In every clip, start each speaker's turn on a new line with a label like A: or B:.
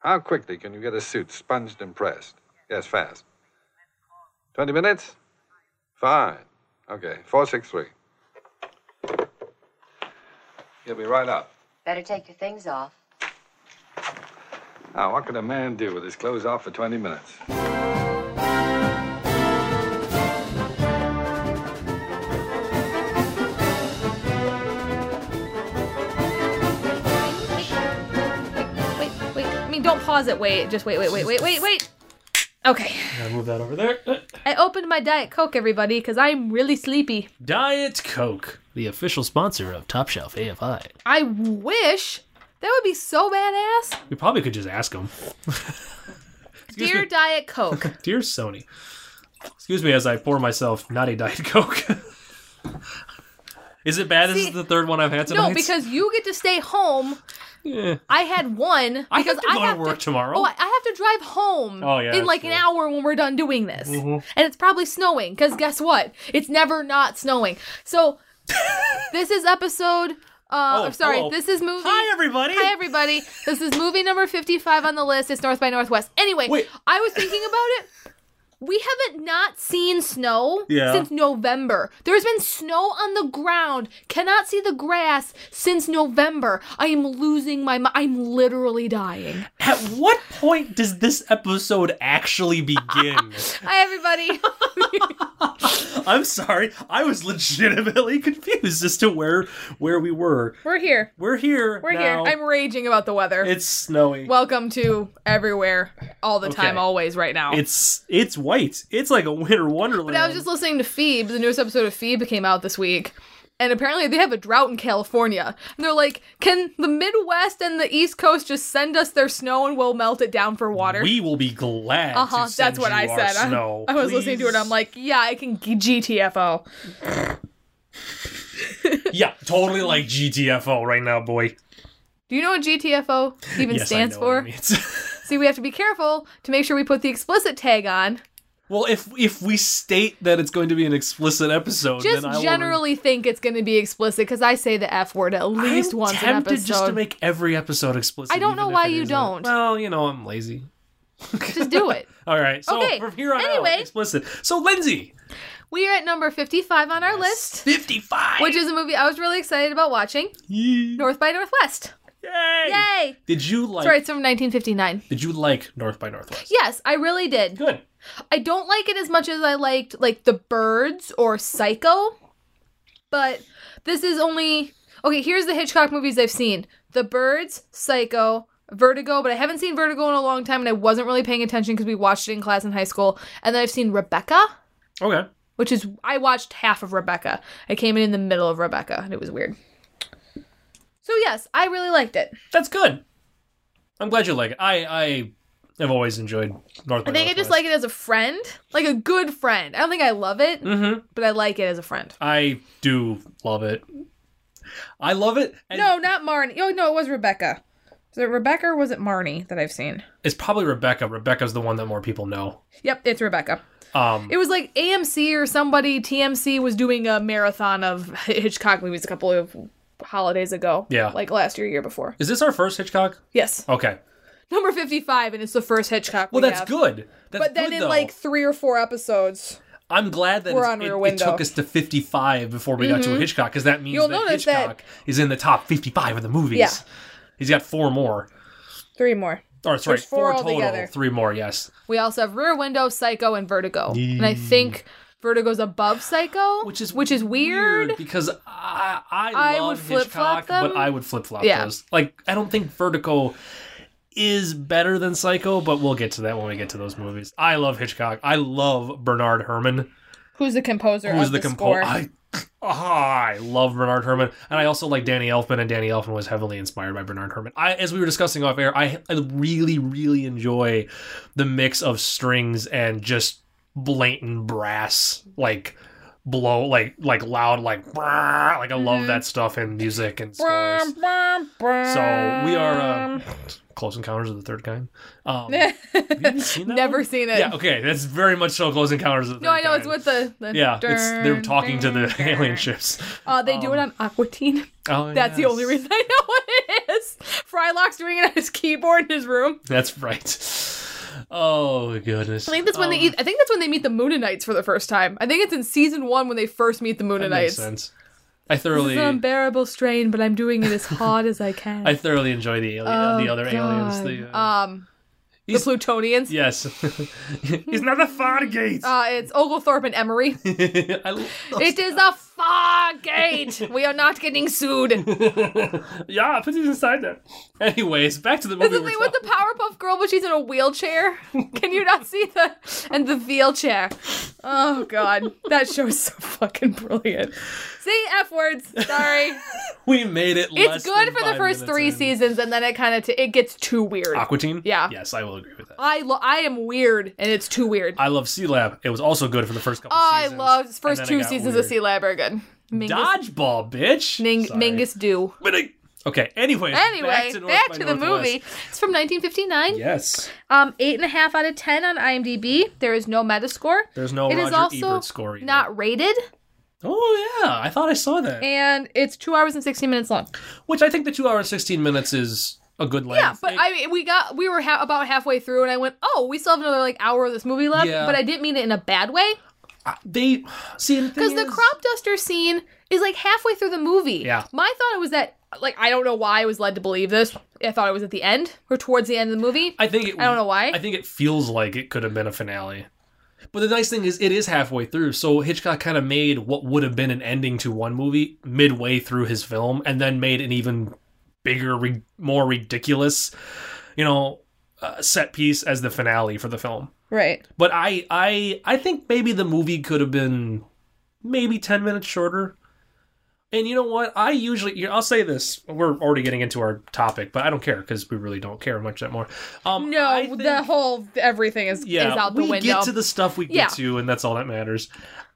A: How quickly can you get a suit sponged and pressed? Yes, fast. 20 minutes? Fine. Okay, 463. He'll be right up.
B: Better take your things off.
A: Now, what could a man do with his clothes off for 20 minutes?
C: Wait, wait. I mean, don't pause it. Wait, just wait, wait, wait, wait, wait, wait. Okay.
D: Gotta move that over there.
C: I opened my Diet Coke, everybody, because I'm really sleepy.
D: Diet Coke, the official sponsor of Top Shelf AFI.
C: I wish. That would be so badass.
D: We probably could just ask them. Excuse
C: Dear
D: me.
C: Diet Coke.
D: Dear Sony, excuse me as I pour myself not a Diet Coke. is it bad? this
C: See,
D: is the third one I've had tonight.
C: no, because you get to stay home.
D: Yeah.
C: I had one
D: I
C: because
D: have to go to work tomorrow.
C: Oh, I- I have to drive home
D: Oh, yeah,
C: in like an
D: that's true. Mm-hmm.
C: hour when we're done doing this, and it's probably snowing. Because guess what? It's never not snowing. So this is episode. Uh,
D: Oh,
C: I'm sorry.
D: hello.
C: This is movie.
D: Hi, everybody.
C: Hi everybody. This is movie number 55 on the list. It's North by Northwest. Anyway,
D: Wait.
C: I was thinking about it. We haven't not seen snow
D: Yeah.
C: since November. There's been snow on the ground. Cannot see the grass since November. I am losing my mi- I'm literally dying.
D: At what point does this episode actually begin?
C: Hi everybody.
D: I'm sorry, I was legitimately confused as to where where we were.
C: We're here.
D: We're here.
C: We're
D: now.
C: here. I'm raging about the weather.
D: It's snowy.
C: Welcome to everywhere all the time
D: Okay.
C: always right now.
D: it's it's white. It's like a winter wonderland.
C: But I was just listening to Phoebe. The newest episode of Phoebe came out this week. And apparently they have a drought in California. And they're like, can the Midwest and the East Coast just send us their snow and we'll melt it down for water?
D: we will be glad.
C: uh huh.
D: to send
C: That's what
D: you
C: I
D: our
C: said. I-
D: Snow.
C: I, was listening to it.
D: Please.
C: and I'm like, yeah, I can g- GTFO.
D: yeah, totally like GTFO right now, boy.
C: Do you know what GTFO even
D: Yes, I
C: stands
D: know what it
C: for?
D: means.
C: See, we have to be careful to make sure we put the explicit tag on.
D: well, if if we state that it's going to be an explicit episode,
C: Just
D: then I will-
C: generally think it's going to be explicit because I say the F word at least
D: I'm
C: once an
D: tempted
C: episode.
D: just to make every episode explicit.
C: I don't
D: even
C: know
D: if
C: why
D: it
C: you
D: isn't.
C: don't.
D: Well, you know, I'm lazy.
C: just do it.
D: All right. So
C: Okay,
D: from here on out,
C: anyway.
D: explicit. So Lindsay,
C: We are at number 55 on our list,
D: 55.
C: which is a movie I was really excited about watching
D: Yay.
C: North by Northwest. Yay!
D: Did you like?
C: Sorry, it's from 1959.
D: Did you like North by Northwest?
C: Yes, I really did.
D: Good.
C: I don't like it as much as I liked, like, The Birds or Psycho, but this is only. Okay, here's the Hitchcock movies I've seen The Birds, Psycho, Vertigo, but I haven't seen Vertigo in a long time and I wasn't really paying attention because we watched it in class in high school. And then I've seen Rebecca.
D: Okay.
C: which is I watched half of Rebecca. I came in in the middle of Rebecca, and it was weird. So yes, I really liked it.
D: That's good. I'm glad you like it. I I have always enjoyed North by
C: I think I just like it as a friend, like a good friend. I don't think I love it,
D: Mm-hmm.
C: but I like it as a friend.
D: I do love it. I love it. And
C: No, not Marnie. Oh no, it was Rebecca. Was it Rebecca or was it Marnie that I've seen?
D: It's probably Rebecca. Rebecca's the one that more people know.
C: Yep, it's Rebecca.
D: Um,
C: It was like AMC or somebody TMC was doing a marathon of Hitchcock movies a couple of holidays ago.
D: Yeah.
C: like last year, year before.
D: is this our first Hitchcock?
C: Yes,
D: Okay.
C: number fifty-five, and it's the first Hitchcock.
D: Well,
C: we
D: that's
C: have.
D: good. That's
C: but then
D: good,
C: in
D: though.
C: like three or four episodes,
D: I'm glad that
C: We're
D: it's-
C: on
D: it,
C: Rear
D: it
C: Window. Mm-hmm.
D: took us to 55 before we got to a Hitchcock because that means
C: You'll
D: that
C: notice
D: Hitchcock is in the top 55 of the movies.
C: Yeah.
D: He's got four more.
C: three more.
D: Or sorry,
C: There's four
D: total.
C: altogether.
D: Three more, yes.
C: We also have Rear Window, Psycho, and Vertigo, and I think Vertigo's above Psycho,
D: Which is
C: which is weird.
D: because I I,
C: I
D: love
C: would flip-flop
D: Hitchcock, but
C: them.
D: I would flip flop
C: Yeah.
D: those. Like I don't think Vertigo is better than Psycho, but we'll get to that when we get to those movies. I love Hitchcock. I love Bernard Herman.
C: Who's the composer?
D: who's
C: of
D: the,
C: the, score?
D: composer. I, ah, I love Bernard Herman, and I also like Danny Elfman, and Danny Elfman was heavily inspired by Bernard Herman. I, as we were discussing off air, I, I really, really enjoy the mix of strings and just blatant brass, like blow, like like loud, like brrr, like I
C: Mm-hmm.
D: love that stuff in music and scores.
C: Brum, brum, brum.
D: So we are uh, Close Encounters of the Third Kind. Um, have you seen that
C: Never
D: one?
C: seen it.
D: Yeah, okay, that's very much so Close Encounters of the
C: No,
D: Third
C: I know it's
D: Kind.
C: with the, the
D: Yeah, it's they're
C: dun,
D: talking to the
C: dun, dun.
D: alien ships.
C: Uh, they do it on Aquatine.
D: Oh,
C: That's the only
D: yes.
C: reason I know what it is. For Frylock's doing it on his keyboard in his room.
D: That's right. Oh my goodness.
C: I think that's when they.
D: Um,
C: Eat, I think that's when they meet the Moonanites for the first time. I think it's in season one when they first meet the
D: That makes
C: Moonanites.
D: sense. I
C: This is
D: thoroughly,
C: an unbearable strain, but I'm doing it as hard as I can.
D: I thoroughly enjoy the alien,
C: Oh,
D: the other aliens.
C: God.
D: The, uh,
C: um, the
D: he's-
C: Plutonians.
D: yes, he's not a Fargate.
C: Uh, it's Oglethorpe and Emery.
D: I love
C: it is a Fargate. we are not getting sued. This
D: yeah, put it inside there. Anyways, back to the movie.
C: is the
D: we're
C: thing with the Powerpuff Girl, but she's in a wheelchair. Can you not see the and the wheelchair? Oh God, that show is so fucking brilliant. See f words. Sorry,
D: talking- we made it.
C: it's good for the first three seasons, and then it kind of t- it gets too weird.
D: Aquatine.
C: Yeah.
D: Yes, I will agree with that.
C: I lo- I am weird, and it's too weird.
D: I love Sea Lab. It was also good for the first couple.
C: I
D: seasons,
C: love his
D: and then
C: first
D: it
C: two
D: got
C: seasons
D: weird.
C: of Sea Lab are good. Mingus,
D: Dodgeball, bitch.
C: Ming-
D: Sorry.
C: Mingus Dew.
D: But I- Okay. Anyways.
C: Anyway, back to,
D: North by
C: the
D: Northwest.
C: movie. It's from 1959.
D: Yes.
C: Um, eight and a half out of ten on IMDb. There is no Metascore.
D: There's no
C: It is
D: Roger
C: also
D: Ebert score. either.
C: Not rated,
D: Oh yeah, I thought I saw that.
C: and it's two hours and 16 minutes long.
D: Which I think the two hour and sixteen minutes is a good length.
C: Yeah, but
D: It-
C: I mean, we got we were ha- about halfway through, and I went, oh, we still have another like hour of this movie left.
D: Yeah.
C: But I didn't mean it in a bad way
D: I- they see
C: because the crop duster scene is like halfway through the movie.
D: Yeah.
C: my thought was that like I don't know why I was led to believe this. I thought it was at the end or towards the end of the movie.
D: I think it,
C: I don't know why.
D: I think it feels like it could have been a finale. But the nice thing is, it is halfway through, so Hitchcock kind of made what would have been an ending to one movie midway through his film, and then made an even bigger, ri- more ridiculous, you know, uh, set piece as the finale for the film.
C: right.
D: But I, I, I think maybe the movie could have been maybe ten minutes shorter. And you know what? I usually, I'll say this. We're already getting into our topic, but I don't care because we really don't care much that more. Um,
C: No,
D: I
C: the
D: think-
C: whole everything is
D: yeah,
C: is out the
D: we
C: window.
D: get to the stuff we get
C: Yeah.
D: to, and that's all that matters.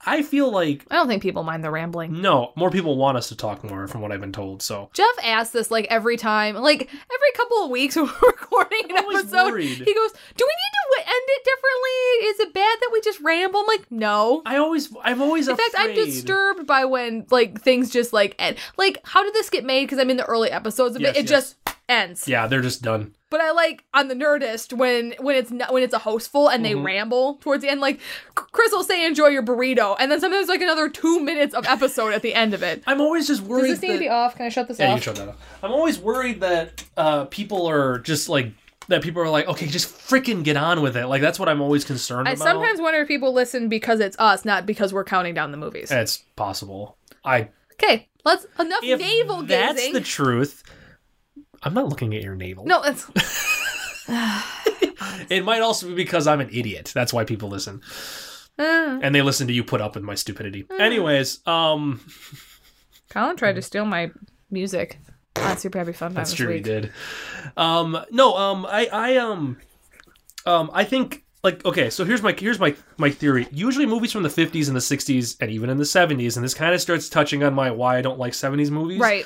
D: I feel like
C: I don't think people mind the rambling.
D: no, more people want us to talk more, from what I've been told. So
C: Jeff asks this like every time, like every couple of weeks when we're recording an
D: I'm always
C: episode.
D: worried.
C: He goes, "Do we need to w- end it differently? Is it bad that we just ramble?" I'm like, "No."
D: I always, I'm always
C: In fact, I'm disturbed by when like things just like end. Like, how did this get made? Because I'm in the early episodes of
D: Yes,
C: it. It
D: yes.
C: just ends.
D: Yeah, they're just done.
C: But I like on the Nerdist when when it's not, when it's a hostful and
D: Mm-hmm.
C: they ramble towards the end. Like C- Chris will say, "Enjoy your burrito," and then sometimes like another two minutes of episode at the end of it.
D: I'm always just worried.
C: Does this need
D: that-
C: to be off? Can I shut this
D: Yeah, you
C: off?
D: can shut that off. I'm always worried that uh, people are just like that. People are like, okay, just freaking get on with it. Like that's what I'm always concerned
C: I
D: about.
C: sometimes wonder if people listen because it's us, not because we're counting down the movies.
D: it's possible. I
C: Okay, let's enough
D: Eh. if
C: navel
D: that's
C: gazing.
D: the truth. I'm not looking at your navel.
C: no, that's
D: It might also be because I'm an idiot. That's why people listen.
C: Uh,
D: And they listen to you put up with my stupidity. Anyways, um
C: Colin tried to steal my music on Super Happy Fun Time
D: that's
C: this
D: true he
C: week.
D: did. Um no, um I I um um I think like okay, so here's my here's my my theory. Usually movies from the 50s and the 60s and even in the 70s and this kind of starts touching on my why I don't like 70s movies.
C: Right.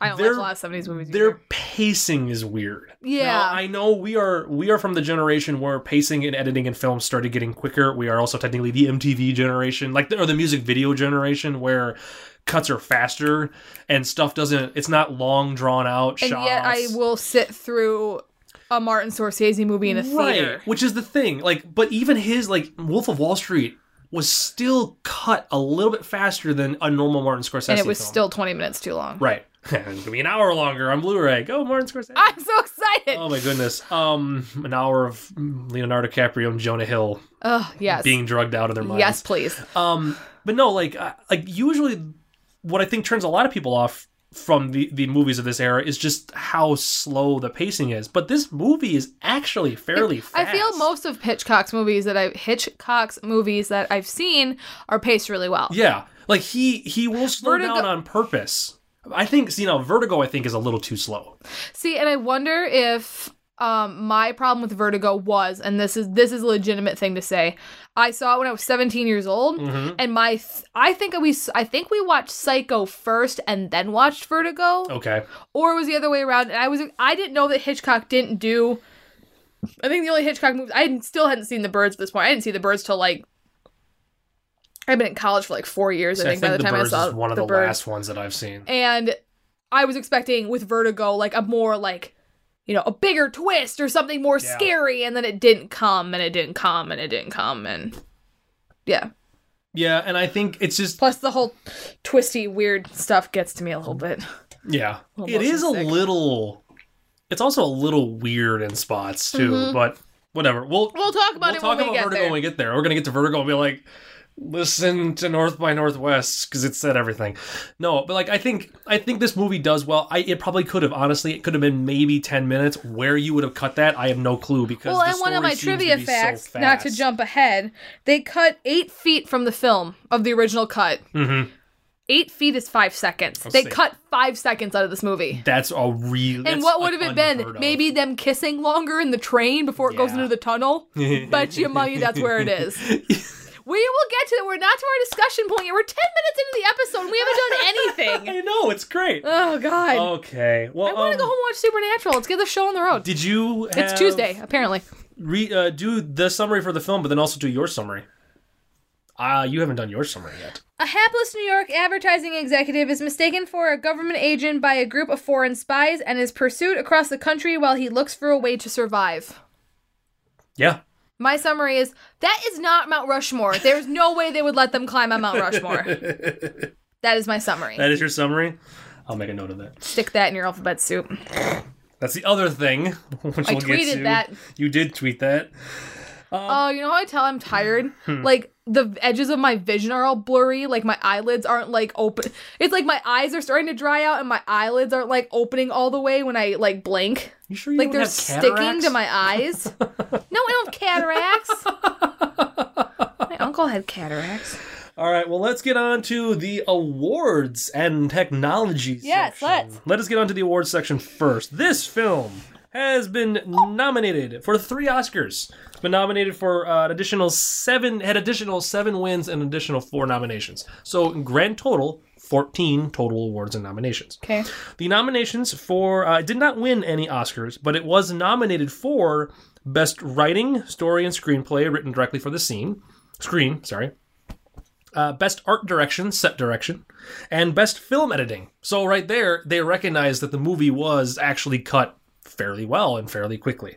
C: I don't like
D: They're-
C: a lot of seventies movies.
D: Their
C: either.
D: pacing is weird.
C: Yeah.
D: Now, I know we are we are from the generation where pacing and editing and film started getting quicker. We are also technically the MTV generation, like the, or the music video generation, where cuts are faster and stuff doesn't. It's not long drawn out.
C: and
D: shots.
C: yet I will sit through a Martin Scorsese movie in a theater.
D: Which is the thing. Like, but even his like Wolf of Wall Street was still cut a little bit faster than a normal Martin Scorsese.
C: And it was
D: film.
C: still twenty minutes too long.
D: right. it's gonna be an hour longer on Blu-ray. Go Martin Scorsese.
C: I'm so excited.
D: Oh my goodness. Um, an hour of Leonardo DiCaprio and Jonah Hill
C: Ugh, yes.
D: being drugged out of their minds.
C: yes, please.
D: Um, but no, like, I, like usually, what I think turns a lot of people off from the the movies of this era is just how slow the pacing is. But this movie is actually fairly fast.
C: I feel most of Hitchcock's movies that I Hitchcock's movies that I've seen are paced really well.
D: Yeah, like he he will slow
C: Vertigo-
D: down on purpose. I think you know Vertigo. I think is a little too slow.
C: See, and I wonder if um my problem with Vertigo was, and this is this is a legitimate thing to say. I saw it when I was 17 years old, and my th- I think we s- I think we watched Psycho first and then watched Vertigo,
D: Okay.
C: or it was the other way around. And I was I didn't know that Hitchcock didn't do. I think the only Hitchcock movies I hadn't- still hadn't seen The Birds at this point. I didn't see The Birds till like. I've been in college for like four years. I
D: I
C: think,
D: think
C: by the,
D: the
C: time
D: Birds
C: I saw
D: is one of
C: the,
D: the,
C: Birds
D: last ones that I've seen.
C: and I was expecting with Vertigo like a more like you know, a bigger twist or something more
D: Yeah.
C: scary, and then it didn't come, and it didn't come, and it didn't come, and yeah.
D: Yeah, and I think it's just
C: Plus, the whole twisty, weird stuff gets to me a little bit.
D: yeah,
C: A little
D: it is a
C: motion sick.
D: little. It's also a little weird in spots too,
C: Mhm.
D: but whatever. We'll
C: We'll talk about
D: we'll
C: it
D: talk
C: when
D: about
C: we get
D: Vertigo
C: there.
D: when we get there. We're gonna get to Vertigo and be like, listen to North by Northwest because it said everything. No, but like I think I think this movie does well. I it probably could have honestly. It could have been maybe ten minutes. Where you would have cut that, I have no clue because
C: Well,
D: the
C: and one of
D: story
C: my
D: seems to
C: trivia
D: be so
C: facts, not to
D: fast.
C: jump ahead, they cut eight feet from the film of the original cut.
D: Mhm.
C: Eight feet is five seconds.
D: I'll
C: they
D: see.
C: cut five seconds out of this movie.
D: That's a real.
C: And what would have it been? Maybe them kissing longer in the train before it goes
D: Yeah.
C: into the tunnel? Bet you money that's where it is. We will get to it. We're not to our discussion point yet. We're 10 minutes into the episode. and We haven't done anything.
D: I know it's great.
C: oh, God.
D: Okay. Well,
C: I want to
D: um,
C: go home and watch Supernatural. Let's get the show on the road.
D: Did you? Have
C: It's Tuesday, apparently.
D: Re, uh, do the summary for the film, but then also do your summary. Uh, you haven't done your summary yet.
C: A hapless New York advertising executive is mistaken for a government agent by a group of foreign spies and is pursued across the country while he looks for a way to survive.
D: Yeah.
C: My summary is that is not Mount Rushmore. There's no way they would let them climb on Mount Rushmore. That is my summary.
D: That is your summary. I'll make a note of that.
C: Stick that in your alphabet soup.
D: That's the other thing, which
C: I
D: we'll get
C: tweeted
D: to.
C: that.
D: You did tweet that.
C: Oh, you know how I tell I'm tired?
D: Hmm.
C: Like the edges of my vision are all blurry. Like my eyelids aren't like open. It's like my eyes are starting to dry out and my eyelids aren't like opening all the way when I like blink.
D: You sure you
C: Like
D: don't
C: they're
D: have
C: sticking
D: cataracts?
C: to my eyes. no, I don't have cataracts. my uncle had cataracts.
D: All right, well, let's get on to the awards and technology
C: Yes,
D: section.
C: let's.
D: Let us get on to the awards section first. This film has been nominated for three Oscars. It's been nominated for uh, an additional seven, had additional seven wins and additional four nominations. So, in grand total, 14 total awards and nominations.
C: Okay.
D: The nominations for uh, it did not win any Oscars, but it was nominated for Best Writing, Story, and Screenplay written directly for the scene, screen. Sorry. Uh, best art direction, set direction, and best film editing. So right there, they recognized that the movie was actually cut fairly well and fairly quickly.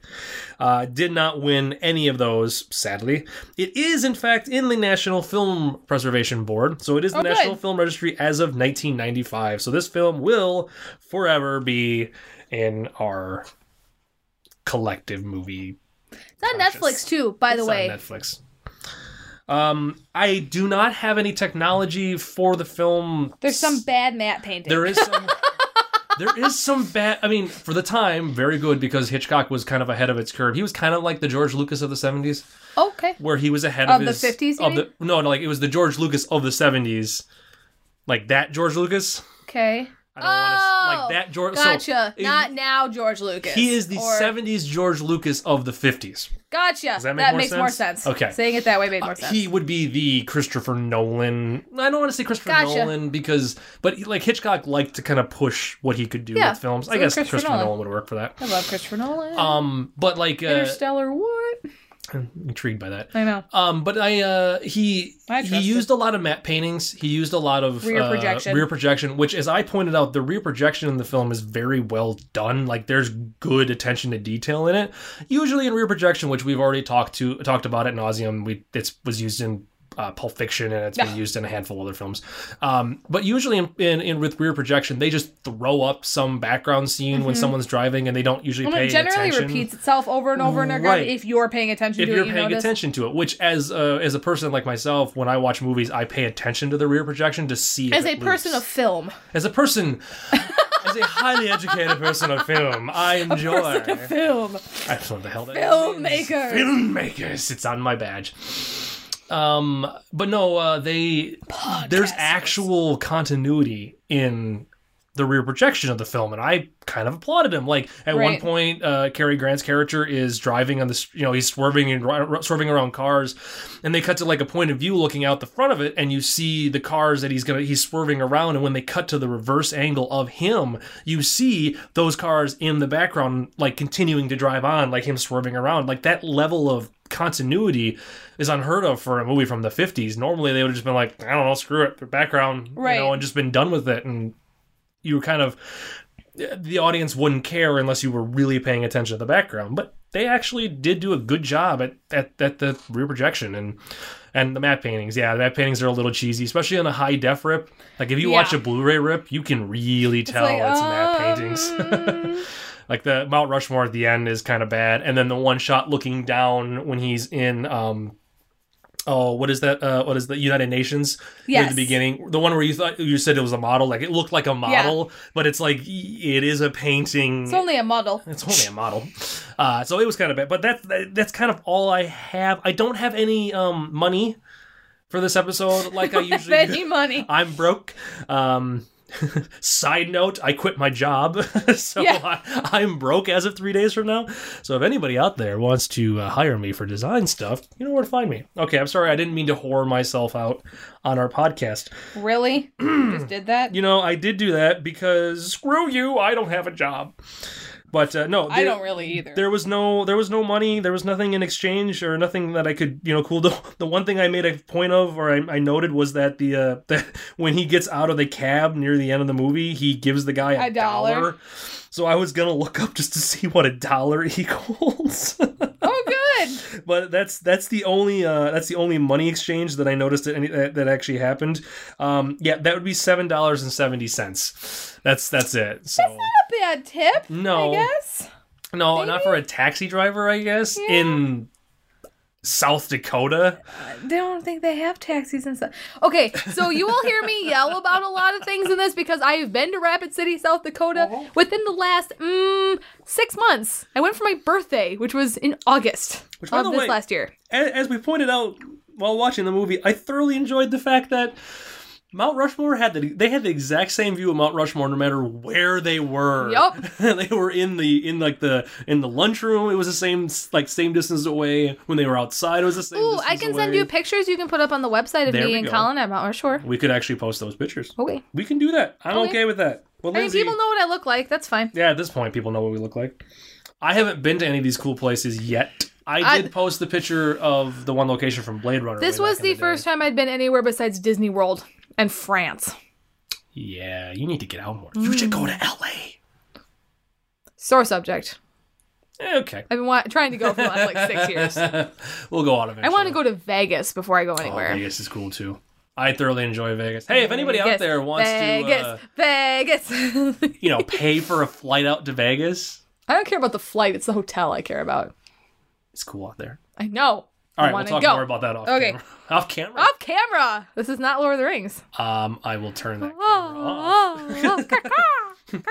D: Uh, did not win any of those, sadly. It is in fact in the National Film Preservation Board, so it is the
C: Oh, good.
D: National Film Registry as of 1995. So this film will forever be in our collective movie.
C: It's on
D: Conscious.
C: Netflix too, by the
D: It's
C: way.
D: on Netflix. Um, I do not have any technology for the film.
C: There's some bad matte painting.
D: There is some. there is some bad. I mean, for the time, very good because Hitchcock was kind of ahead of its curve. He was kind of like the George Lucas of the '70s,
C: okay.
D: where he was ahead
C: Of
D: of,
C: the
D: his
C: 50s, you
D: Of the no, no, like it was the George Lucas of the '70s, like that George Lucas.
C: Okay.
D: I don't want to
C: Oh,
D: like that George. so,
C: Gotcha.
D: it-
C: Not now, George Lucas.
D: He is the
C: Or-
D: '70s George Lucas of the '50s.
C: Gotcha.
D: that make more
C: makes
D: sense?
C: more sense.
D: Okay. Uh,
C: Saying it that way made more sense.
D: He would be the Christopher Nolan. I don't want to say Christopher
C: Gotcha.
D: Nolan because, but like Hitchcock liked to kind of push what he could do
C: Yeah,
D: with films.
C: so
D: I guess
C: Christopher
D: Christopher,
C: Nolan.
D: Nolan. would work for that.
C: I love Christopher Nolan.
D: Um, but like, uh,
C: Interstellar What?
D: I'm intrigued by that.
C: I know.
D: Um, but I uh, he
C: I
D: he
C: trust
D: used a lot of matte paintings. He used a lot of
C: Rear
D: uh,
C: projection.
D: rear projection, which, as I pointed out, the rear projection in the film is very well done. Like there's good attention to detail in it. Usually in rear projection, which we've already talked to talked about at nauseum, we it was used in. Uh, Pulp Fiction, and it's been used in a handful of other films. Um, but usually, in, in, in with rear projection, they just throw up some background scene when someone's driving, and they don't usually
C: Mm-hmm. Well,
D: pay
C: it generally
D: attention
C: repeats itself over and over and over
D: Right.
C: again if you're paying attention
D: if
C: to
D: you're
C: it. You
D: paying
C: notice.
D: attention to it which as a, as a person like myself when i watch movies i pay attention to the rear projection to see if
C: As a
D: it
C: person
D: loops.
C: of film,
D: as a person as a highly educated person of film i enjoy
C: film,
D: i don't know what the hell that
C: filmmaker,
D: filmmakers it's on my badge um but no uh they there's actual continuity in the rear projection of the film and i kind of applauded him like at one
C: Right.
D: point uh Cary grant's character is driving on this you know he's swerving and ri- swerving around cars and they cut to like a point of view looking out the front of it and you see the cars that he's gonna he's swerving around and when they cut to the reverse angle of him you see those cars in the background like continuing to drive on like him swerving around like that level of continuity is unheard of for a movie from the 50s normally they would have just been like i don't know screw it background you
C: Right.
D: know and just been done with it and you were kind of the audience wouldn't care unless you were really paying attention to the background. But they actually did do a good job at at, at the rear projection and and the matte paintings. Yeah, the matte paintings are a little cheesy, especially on a high def rip. Like if you watch
C: Yeah.
D: a Blu-ray rip, you can really tell it's, matte paintings.
C: paintings.
D: like the Mount Rushmore at the end is kind of bad, and then the one shot looking down when he's in um, oh, what is that? Uh, what is the United Nations? near
C: Yes.
D: the beginning, the one where you thought you said it was a model, like it looked like a model, but it's like it is a painting.
C: it's only a model.
D: It's only a model, uh, so it was kind of bad. But that's that, that's kind of all I have. I don't have any um, money for this episode, like I usually do.
C: Any money.
D: I'm broke. Um, side note, I quit my job. so
C: Yeah.
D: I, I'm broke as of three days from now. So if anybody out there wants to uh, hire me for design stuff, you know where to find me. Okay, I'm sorry. I didn't mean to whore myself out on our podcast.
C: Really? Just did that?
D: You know, I did do that because screw you, I don't have a job. But uh, no,
C: I
D: there-
C: don't really either.
D: There was no, there was no money. There was nothing in exchange or nothing that I could, you know, cool. The, the one thing I made a point of, or I, I noted, was that the uh, that when he gets out of the cab near the end of the movie, he gives the guy a,
C: A dollar.
D: So I was gonna look up just to see what a dollar equals,
C: Oh, good.
D: but that's that's the only uh, that's the only money exchange that I noticed that any, that, that actually happened. Um, yeah, that would be seven dollars and seventy cents. That's that's it. So
C: Not a bad tip.
D: no,
C: I guess.
D: no, not for a taxi driver, I guess,
C: Yeah.
D: in South Dakota.
C: They don't think they have taxis and stuff. Okay, so you will hear me yell about a lot of things in this because I've been to Rapid City, South Dakota
D: Uh-huh.
C: within the last mm, six months. I went for my birthday, which was in August
D: Which, by
C: of
D: the
C: this
D: way-
C: last year.
D: A- As we pointed out while watching the movie, I thoroughly enjoyed the fact that Mount Rushmore had the they had the exact same view of Mount Rushmore no matter where they were.
C: Yup.
D: they were in the in like the in the lunchroom. It was the same like same distance away. When they were outside, it was the same.
C: Ooh,
D: distance
C: I can send
D: away.
C: you pictures you can put up on the website of
D: There
C: me
D: we
C: and
D: go.
C: Colin at Mount Rushmore.
D: We could actually post those pictures.
C: Okay.
D: We can do that. I'm okay,
C: Oh. Okay.
D: with that.
C: I
D: Well,
C: mean,
D: Lindsay-
C: people know what I look like. That's fine.
D: Yeah, at this point, people know what we look like. I haven't been to any of these cool places yet. I
C: I-
D: did post the picture of the one location from Blade Runner.
C: This
D: way back
C: was
D: in
C: the
D: day.
C: first time I'd been anywhere besides Disney World and France.
D: Yeah, you need to get out more. You should go
C: Mm.
D: to LA.
C: Sore subject.
D: Okay.
C: I've been wa- trying to go for the last like six years.
D: we'll go out of it.
C: I want to go to Vegas before I
D: Oh,
C: go anywhere.
D: Vegas is cool too. I thoroughly enjoy Vegas. Hey, if anybody out
C: Vegas,
D: there wants
C: Vegas,
D: to, uh,
C: Vegas.
D: you know, pay for a flight out to Vegas,
C: I don't care about the flight. It's the hotel I care about.
D: it's cool out there.
C: I know.
D: All
C: I
D: right, we'll
C: want
D: talk
C: to go
D: more about that off
C: Okay.
D: camera. Off camera.
C: off camera. This is not Lord of the Rings.
D: Um, I will turn that.
C: Oh,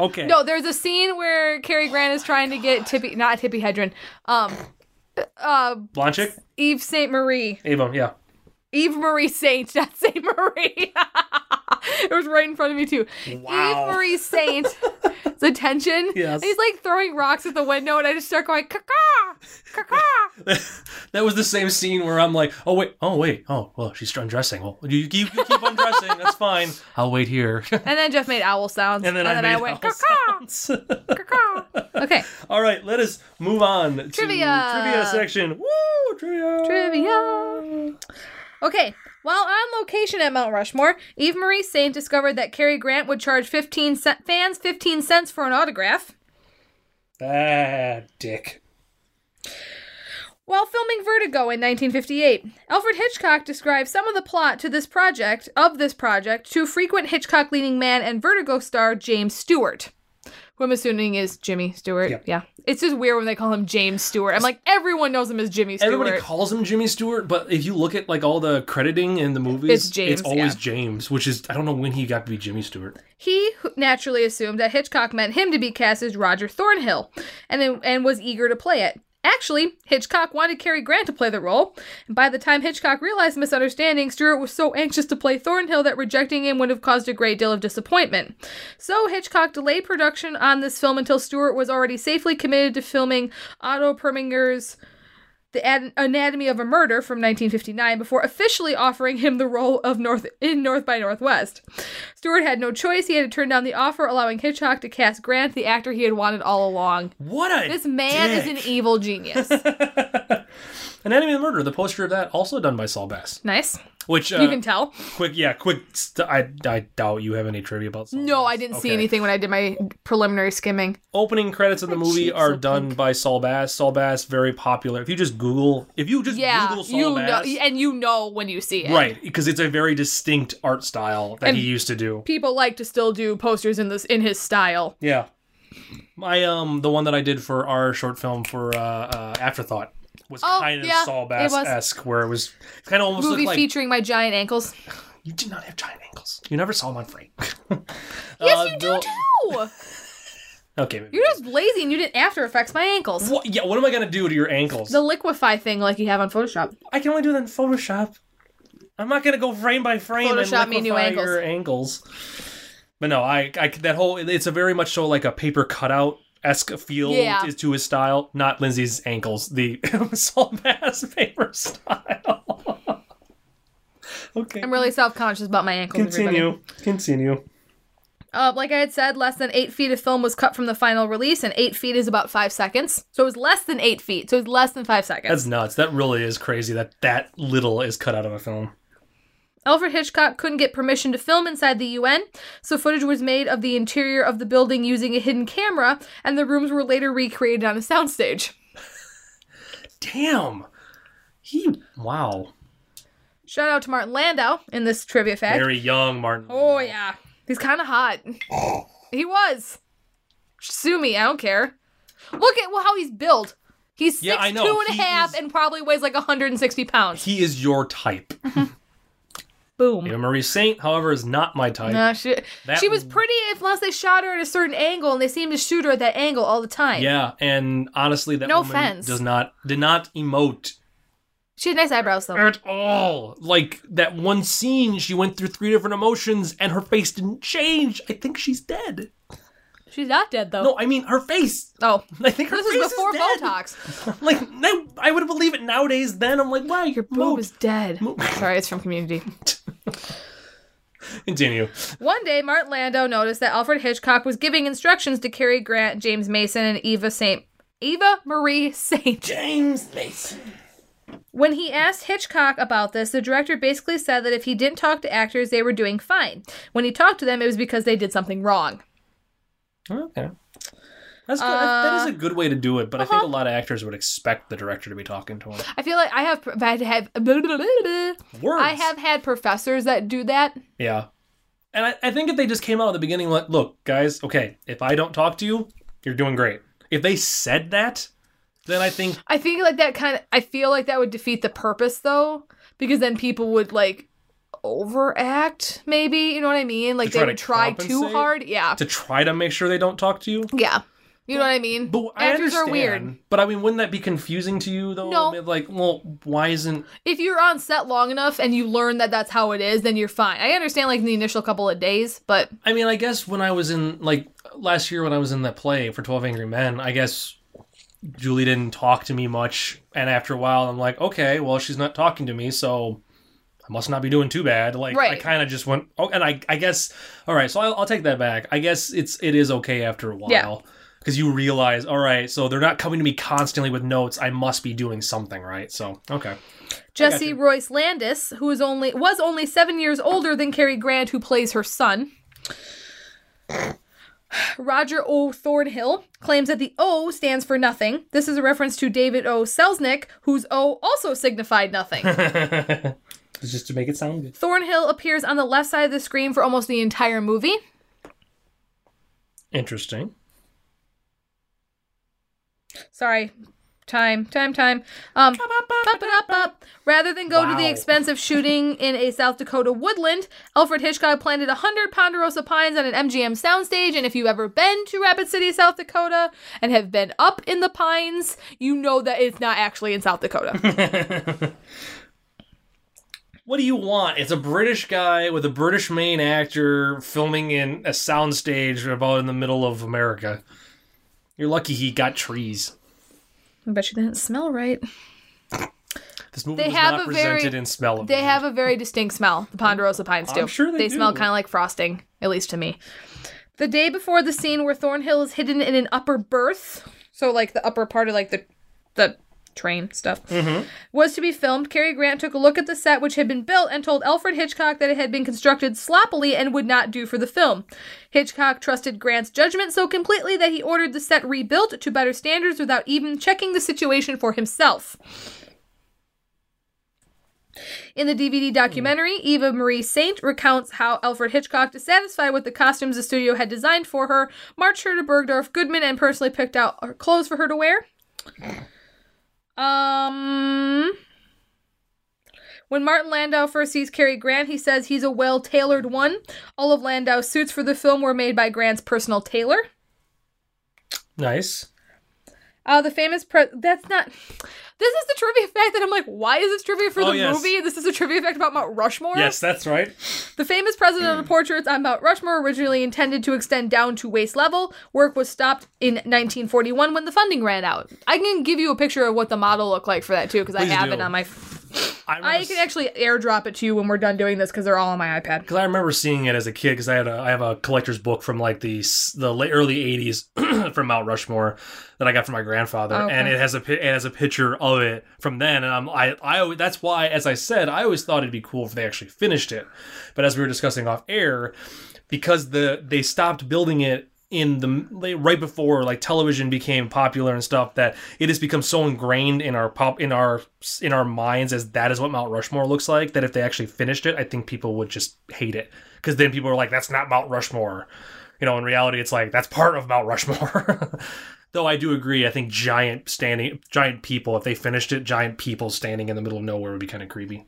D: Okay.
C: no, there's a scene where Cary Grant is trying to get Tippy, not Tippy Hedren, um, uh,
D: Blanchik?
C: Eve Saint Marie,
D: Avon, yeah.
C: Eve Marie Saint, not Saint Marie. it was right in front of me too.
D: Wow.
C: Eve Marie Saint's attention.
D: Yes.
C: He's like throwing rocks at the window, and I just start going caca, caca.
D: that was the same scene where I'm like, oh wait, oh wait, oh well, she's undressing. Well, you, you, you keep undressing, that's fine. I'll wait here.
C: And then Jeff made owl sounds,
D: and then I, made
C: went
D: owl
C: caca,
D: sounds.
C: caca. Okay,
D: All right, let us move on to
C: Trivia.
D: trivia section. Woo, trivia.
C: trivia. Okay. While on location at Mount Rushmore, Eve Marie Saint discovered that Cary Grant would charge 15 cent- fans 15 cents for an autograph.
D: Ah, dick.
C: While filming Vertigo in 1958, Alfred Hitchcock described some of the plot to this project of this project to frequent Hitchcock leading man and Vertigo star James Stewart, who I'm assuming is Jimmy Stewart.
D: Yep.
C: Yeah, it's just weird when they call him James Stewart. I'm like, everyone knows him as Jimmy Stewart.
D: Everybody calls him Jimmy Stewart, but if you look at like all the crediting in the movies,
C: It's James,
D: always
C: yeah.
D: James, which is I don't know when he got to be Jimmy Stewart.
C: He naturally assumed that Hitchcock meant him to be cast as Roger Thornhill and, and was eager to play it. Actually, Hitchcock wanted Cary Grant to play the role, and by the time Hitchcock realized the misunderstanding, Stewart was so anxious to play Thornhill that rejecting him would have caused a great deal of disappointment. So Hitchcock delayed production on this film until Stewart was already safely committed to filming Otto Perminger's The Ad- Anatomy of a Murder from 1959 before officially offering him the role of North in North by Northwest. Stewart had no choice. He had to turn down the offer, allowing Hitchcock to cast Grant, the actor he had wanted all along.
D: What a
C: This man is an e- evil genius.
D: Anatomy of the Murder. The poster of that also done by Saul Bass.
C: nice.
D: Which uh,
C: you can tell.
D: quick, yeah, quick. St- I I doubt you have any trivia about. some of
C: No,
D: this.
C: I didn't see
D: Okay.
C: anything when I did my preliminary skimming.
D: Opening credits of the
C: My
D: movie
C: cheeks
D: are
C: look
D: done
C: pink.
D: by Saul Bass. Saul Bass, very popular. If you just Google, if you just
C: Yeah,
D: Google Saul
C: you know,
D: Bass,
C: and you know when you see it.
D: right, because it's a very distinct art style that
C: And-
D: he used to do.
C: People like to still do posters in this in his style.
D: Yeah. My um the one that I did for our short film for uh, uh Afterthought was
C: Oh,
D: kind of
C: yeah,
D: Saul
C: it was.
D: Bass esque where it was kind of almost
C: Movie
D: looked like
C: featuring my giant ankles.
D: you did not have giant ankles. You never saw him on Uh, frame. yes,
C: Yes, you do too.
D: Okay. Maybe.
C: You're just lazy and you didn't After Effects my ankles.
D: What, yeah, what am I gonna do to your ankles?
C: The liquefy thing like you have on Photoshop.
D: I can only do that in Photoshop. I'm not gonna go frame by frame
C: Photoshop
D: and
C: me new
D: liquefy
C: ankles.
D: your ankles. But no, I, I that whole it's a very much so like a paper cutout esque feel
C: Yeah.
D: is to his style, not Lindsay's ankles, the Saul Bass paper style. okay,
C: I'm really self conscious about my ankles. everybody.
D: continue, continue.
C: Uh, like I had said, less than eight feet of film was cut from the final release, and eight feet is about five seconds. So it was less than eight feet. So it was less than five seconds.
D: That's nuts. That really is crazy. That that little is cut out of a film.
C: Alfred Hitchcock couldn't get permission to film inside the UN, so footage was made of the interior of the building using a hidden camera, and the rooms were later recreated on a soundstage.
D: Damn. He wow.
C: Shout out to Martin Landau in this trivia fact.
D: Very young Martin.
C: oh, yeah. He's kind of hot. he was. Sue me, I don't care. Look at how he's built. He's six,
D: Yeah, I know.
C: two and a
D: He
C: half,
D: is-
C: and probably weighs like 160 pounds.
D: He is your type.
C: Boom.
D: Eva Marie Saint, however, is not my type.
C: No, she
D: That-
C: she was pretty if- unless they shot her at a certain angle, and they seemed to shoot her at that angle all the time.
D: Yeah, and honestly, that
C: No
D: woman
C: offense.
D: does not did not emote
C: She had nice eyebrows though.
D: at all. Like that one scene, she went through three different emotions, and her face didn't change. I think she's dead.
C: She's not dead though.
D: No, I mean her face.
C: Oh,
D: I think her
C: this
D: face
C: is before
D: is dead.
C: Botox.
D: Like no, I would believe it nowadays. Then I'm like, wow, your
C: Boob
D: boob
C: is dead.
D: Moat.
C: Sorry, it's from Community.
D: Continue.
C: One day, Martin Landau noticed that Alfred Hitchcock was giving instructions to Cary Grant, James Mason, and Eva Saint. Eva Marie Saint.
D: James Mason.
C: When he asked Hitchcock about this, the director basically said that if he didn't talk to actors, they were doing fine. When he talked to them, it was because they did something wrong.
D: Okay. That's good. that
C: Uh,
D: is a good way to do it, but I think a lot of actors would expect the director to be talking to him.
C: uh-huh. I feel like I have I have
D: Words.
C: I have had professors that do that.
D: Yeah. And I, I think if they just came out at the beginning, like, look, guys, okay, if I don't talk to you, you're doing great. If they said that, then I think
C: I think like that kind of I feel like that would defeat the purpose though because then people would like overact maybe, you know what I mean? Like they
D: To try to
C: would try too
D: compensate?
C: hard. Yeah.
D: to try to make sure they don't talk to you.
C: yeah. You know what I mean?
D: But I
C: Actors
D: understand.
C: are weird.
D: But I mean, wouldn't that be confusing to you though?
C: No.
D: Like, well, why isn't?
C: If you're on set long enough and you learn that that's how it is, then you're fine. I understand like in the initial couple of days, but
D: I mean, I guess when I was in like last year when I was in that play for Twelve Angry Men, I guess Julie didn't talk to me much, and after a while, I'm like, okay, well, she's not talking to me, so I must not be doing too bad. Like, I
C: Right.
D: kind of just went, oh, and I, I guess, all right, so I'll, I'll take that back. I guess it's it is okay after a
C: Yeah.
D: while because you realize, all right, so they're not coming to me constantly with notes. I must be doing something right. So okay,
C: Jesse
D: you.
C: Royce Landis, who is only was only seven years older than Cary Grant, who plays her son. Roger O. Thornhill claims that the O stands for nothing. This is a reference to David O. Selznick, whose O also signified nothing.
D: it's just to make it sound good.
C: Thornhill appears on the left side of the screen for almost the entire movie.
D: interesting.
C: Sorry. Time, time, time. Um, ba-ba-da-ba. Rather than go to
D: Wow.
C: the expense of shooting in a South Dakota woodland, Alfred Hitchcock planted 100 ponderosa pines on an MGM soundstage. And if you've ever been to Rapid City, South Dakota, and have been up in the pines, you know that it's not actually in South Dakota.
D: What do you want? It's a British guy with a British main actor filming in a soundstage about in the middle of America. You're lucky he got trees.
C: I bet you didn't smell right.
D: This movie
C: They
D: was
C: have
D: not
C: a very-
D: presented in smell.
C: They have a very distinct smell. The ponderosa pines do.
D: I'm sure they do.
C: smell kind of like frosting, at least to me. The day before the scene where Thornhill is hidden in an upper berth, so like the upper part of like the the train stuff,
D: Mm-hmm.
C: was to be filmed, Cary Grant took a look at the set which had been built and told Alfred Hitchcock that it had been constructed sloppily and would not do for the film. Hitchcock trusted Grant's judgment so completely that he ordered the set rebuilt to better standards without even checking the situation for himself. In the DVD documentary,
D: Hmm.
C: Eva Marie Saint recounts how Alfred Hitchcock, dissatisfied with the costumes the studio had designed for her, marched her to Bergdorf Goodman and personally picked out her clothes for her to wear. Um. When Martin Landau first sees Cary Grant, he says he's a well tailored one. All of Landau's suits for the film were made by Grant's personal tailor.
D: Nice.
C: Uh, the famous pre- that's not. This is the trivia fact that I'm like, why is this trivia for
D: Oh,
C: the
D: yes.
C: movie? This is a trivia fact about Mount Rushmore.
D: Yes, that's right.
C: The famous
D: Mm.
C: presidential portraits on Mount Rushmore, originally intended to extend down to waist level, work was stopped in 1941 when the funding ran out. I can give you a picture of what the model looked like for that too, because I
D: Please
C: have
D: do.
C: it on my.
D: I remember,
C: I can actually airdrop it to you when we're done doing this because they're all on my iPad.
D: cause I remember seeing it as a kid because I had a I have a collector's book from like the s- the late, early '80s from Mount Rushmore that I got from my grandfather,
C: Oh, okay.
D: and it has a pi- it has a picture of it from then, and I'm I I always- that's why as I said I always thought it'd be cool if they actually finished it, but as we were discussing off air, because the they stopped building it in the like, right before like television became popular and stuff that it has become so ingrained in our pop in our in our minds as that is what Mount Rushmore looks like that if they actually finished it I think people would just hate it because then people are like that's not Mount Rushmore you know in reality it's like that's part of Mount Rushmore though I do agree I think giant standing giant people if they finished it giant people standing in the middle of nowhere would be kind of creepy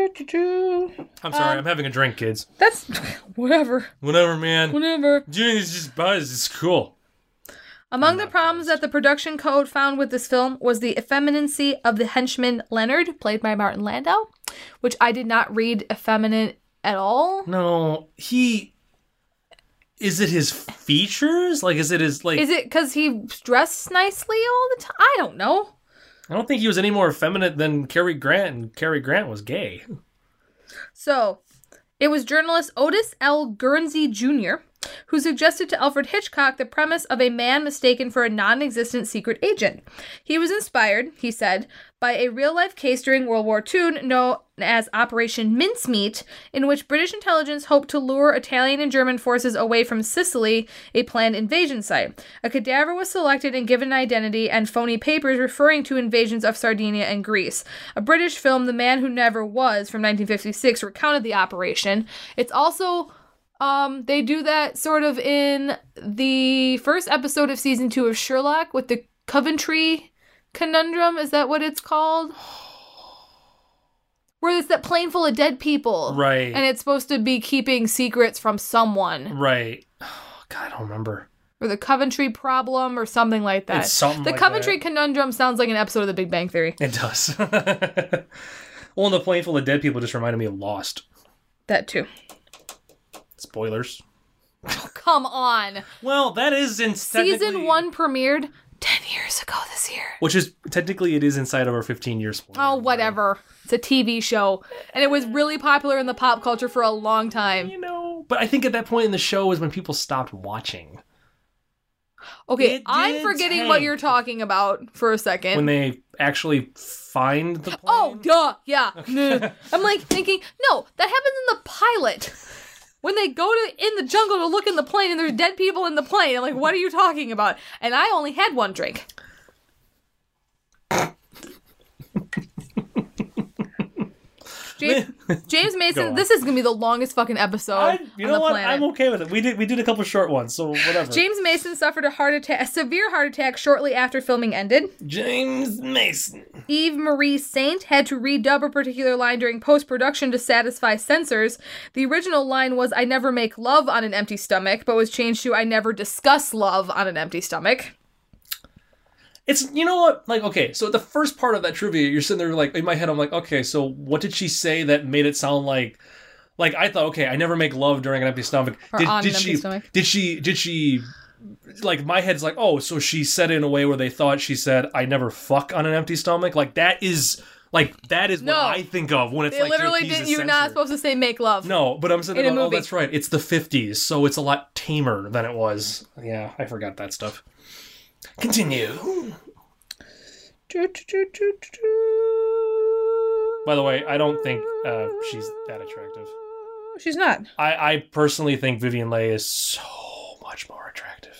D: I'm sorry I'm having a drink kids
C: That's whatever,
D: whatever man
C: whatever.
D: Dude, it's just buzz. It's cool.
C: Among the problems that the production code found with this film was the effeminacy of the henchman Leonard, played by Martin Landau, which I did not read effeminate at all.
D: No, he. Is it his features? Like, is it his like?
C: Is it because he dressed nicely all the time? I don't know.
D: I don't think he was any more effeminate than Cary Grant, and Cary Grant was gay.
C: So, it was journalist Otis L. Guernsey Jr. who suggested to Alfred Hitchcock the premise of a man mistaken for a non existent secret agent. He was inspired, he said, by a real life case during World War II known as Operation Mincemeat, in which British intelligence hoped to lure Italian and German forces away from Sicily, a planned invasion site. A cadaver was selected and given an identity and phony papers referring to invasions of Sardinia and Greece. A British film, The Man Who Never Was, from 1956, recounted the operation. It's also um, they do that sort of in the first episode of season two of Sherlock with the Coventry conundrum. Is that what it's called? Where it's that plane full of dead people.
D: Right.
C: And it's supposed to be keeping secrets from someone.
D: Right. God, I don't remember.
C: Or the Coventry problem or something like that.
D: It's something
C: the
D: like
C: Coventry
D: that.
C: conundrum sounds like an episode of the Big Bang Theory.
D: It does. well, and the plane full of dead people just reminded me of Lost.
C: That too.
D: Spoilers.
C: Come on.
D: Well, that is in
C: Season
D: technically-
C: one premiered 10 years ago this year.
D: which is technically it is inside of our 15 year spoiler.
C: Oh, whatever. It's a TV show. And it was really popular in the pop culture for a long time.
D: You know, but I think at that point in the show is when people stopped watching.
C: Okay,
D: It
C: I'm
D: did
C: forgetting
D: tank.
C: what you're talking about for a second.
D: when they actually find the plane.
C: oh, duh, yeah. Nah. I'm like thinking, no, that happens in the pilot. When they go to in the jungle to look in the plane and there's dead people in the plane. I'm like, what are you talking about? And I only had one drink. James, James
D: Go
C: Mason,
D: on.
C: this is gonna be the longest fucking episode
D: I, you
C: on
D: know
C: the
D: what?
C: planet.
D: I'm okay with it. We did we did a couple short ones, so whatever.
C: James Mason suffered a heart attack, a severe heart attack, shortly after filming ended.
D: James Mason.
C: Eve Marie Saint had to redub a particular line during post production to satisfy censors. The original line was "I never make love on an empty stomach," but was changed to "I never discuss love on an empty stomach."
D: It's you know what? Like okay, so the first part of that trivia, you're sitting there like in my head, I'm like, okay, so what did she say that made it sound like? Like I thought, okay, I never make love during an empty stomach.
C: Or
D: did
C: on
D: did
C: an empty
D: she?
C: stomach.
D: Did she? Did she? Like my head's like, oh, so she said it in a way where they thought she said, "I never fuck on an empty stomach." Like that is, like that is
C: No.
D: what I think of when it's
C: They
D: like to
C: literally
D: appease
C: did.
D: a
C: You're not
D: censor.
C: supposed to say "make love."
D: No, but I'm
C: In
D: saying,
C: a
D: oh,
C: movie.
D: that's right. It's the 50s, so it's a lot tamer than it was. Yeah, I forgot that stuff. Continue.
B: By
D: By the way, I don't think uh, she's that attractive.
B: She's not.
D: I, I personally think Vivian Leigh is so much more attractive.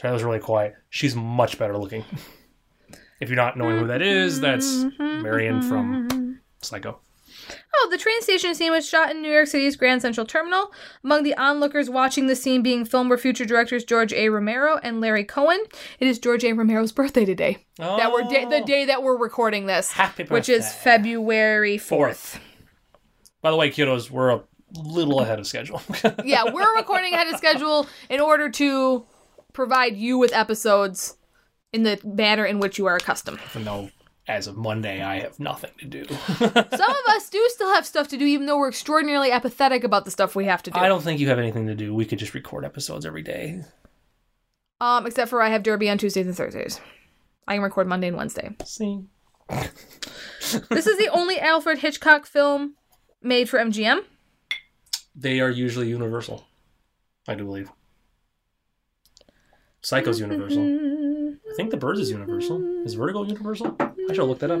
D: Sorry, that was really quiet. She's much better looking. If you're not knowing who that is, that's Marion from Psycho.
C: Oh, the train station scene was shot in New York City's Grand Central Terminal. Among the onlookers watching the scene being filmed were future directors George A. Romero and Larry Cohen. It is George A. Romero's birthday today. That we're da- the day that we're recording this,
D: Oh, Happy
C: which is
D: birthday.
C: February
D: Fourth.
C: fourth.
D: By the way, kiddos, we're a little ahead of schedule.
C: yeah, we're recording ahead of schedule in order to provide you with episodes in the manner in which you are accustomed.
D: Even though, as of Monday, I have nothing to do.
C: Some of us do still have stuff to do, even though we're extraordinarily apathetic about the stuff we have to do.
D: I don't think you have anything to do. We could just record episodes every day.
C: Um, except for I have derby on Tuesdays and Thursdays. I can record Monday and Wednesday.
D: See?
C: this is the only Alfred Hitchcock film made for MGM.
D: They are usually universal. I do believe. Psycho's universal. I think The Birds is universal. Is Vertigo universal? I should look that up.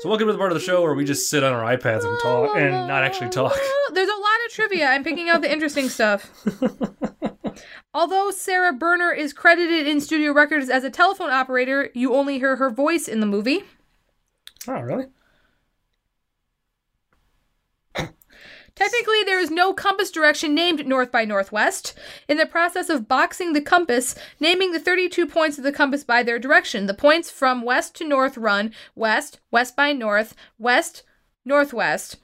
D: So welcome to the part of the show where we just sit on our iPads and talk and not actually talk.
C: There's a lot of trivia. I'm picking out the interesting stuff. Although Sarah Berner is credited in studio records as a telephone operator, you only hear her voice in the movie.
D: Oh, really?
C: Technically, there is no compass direction named north by northwest. In the process of boxing the compass, naming the 32 points of the compass by their direction, the points from west to north run west, west by north, west, northwest,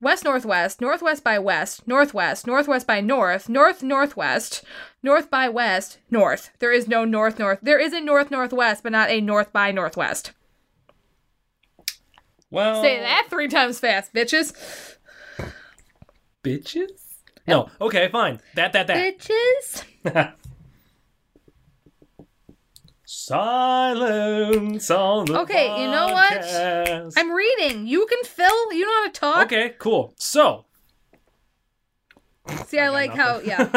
C: west northwest, northwest by west, northwest, northwest by north, north northwest, north by west, north. There is no north north. There is a north northwest, but not a north by northwest.
D: Well,
C: Say that three times fast, bitches.
D: bitches. No. Okay, fine. That that that.
C: Bitches.
D: Silence on the
C: Okay, you know what?
D: podcast.
C: I'm reading. You can fill. You know how to talk.
D: okay, cool. So
C: See, I, like how. Yeah.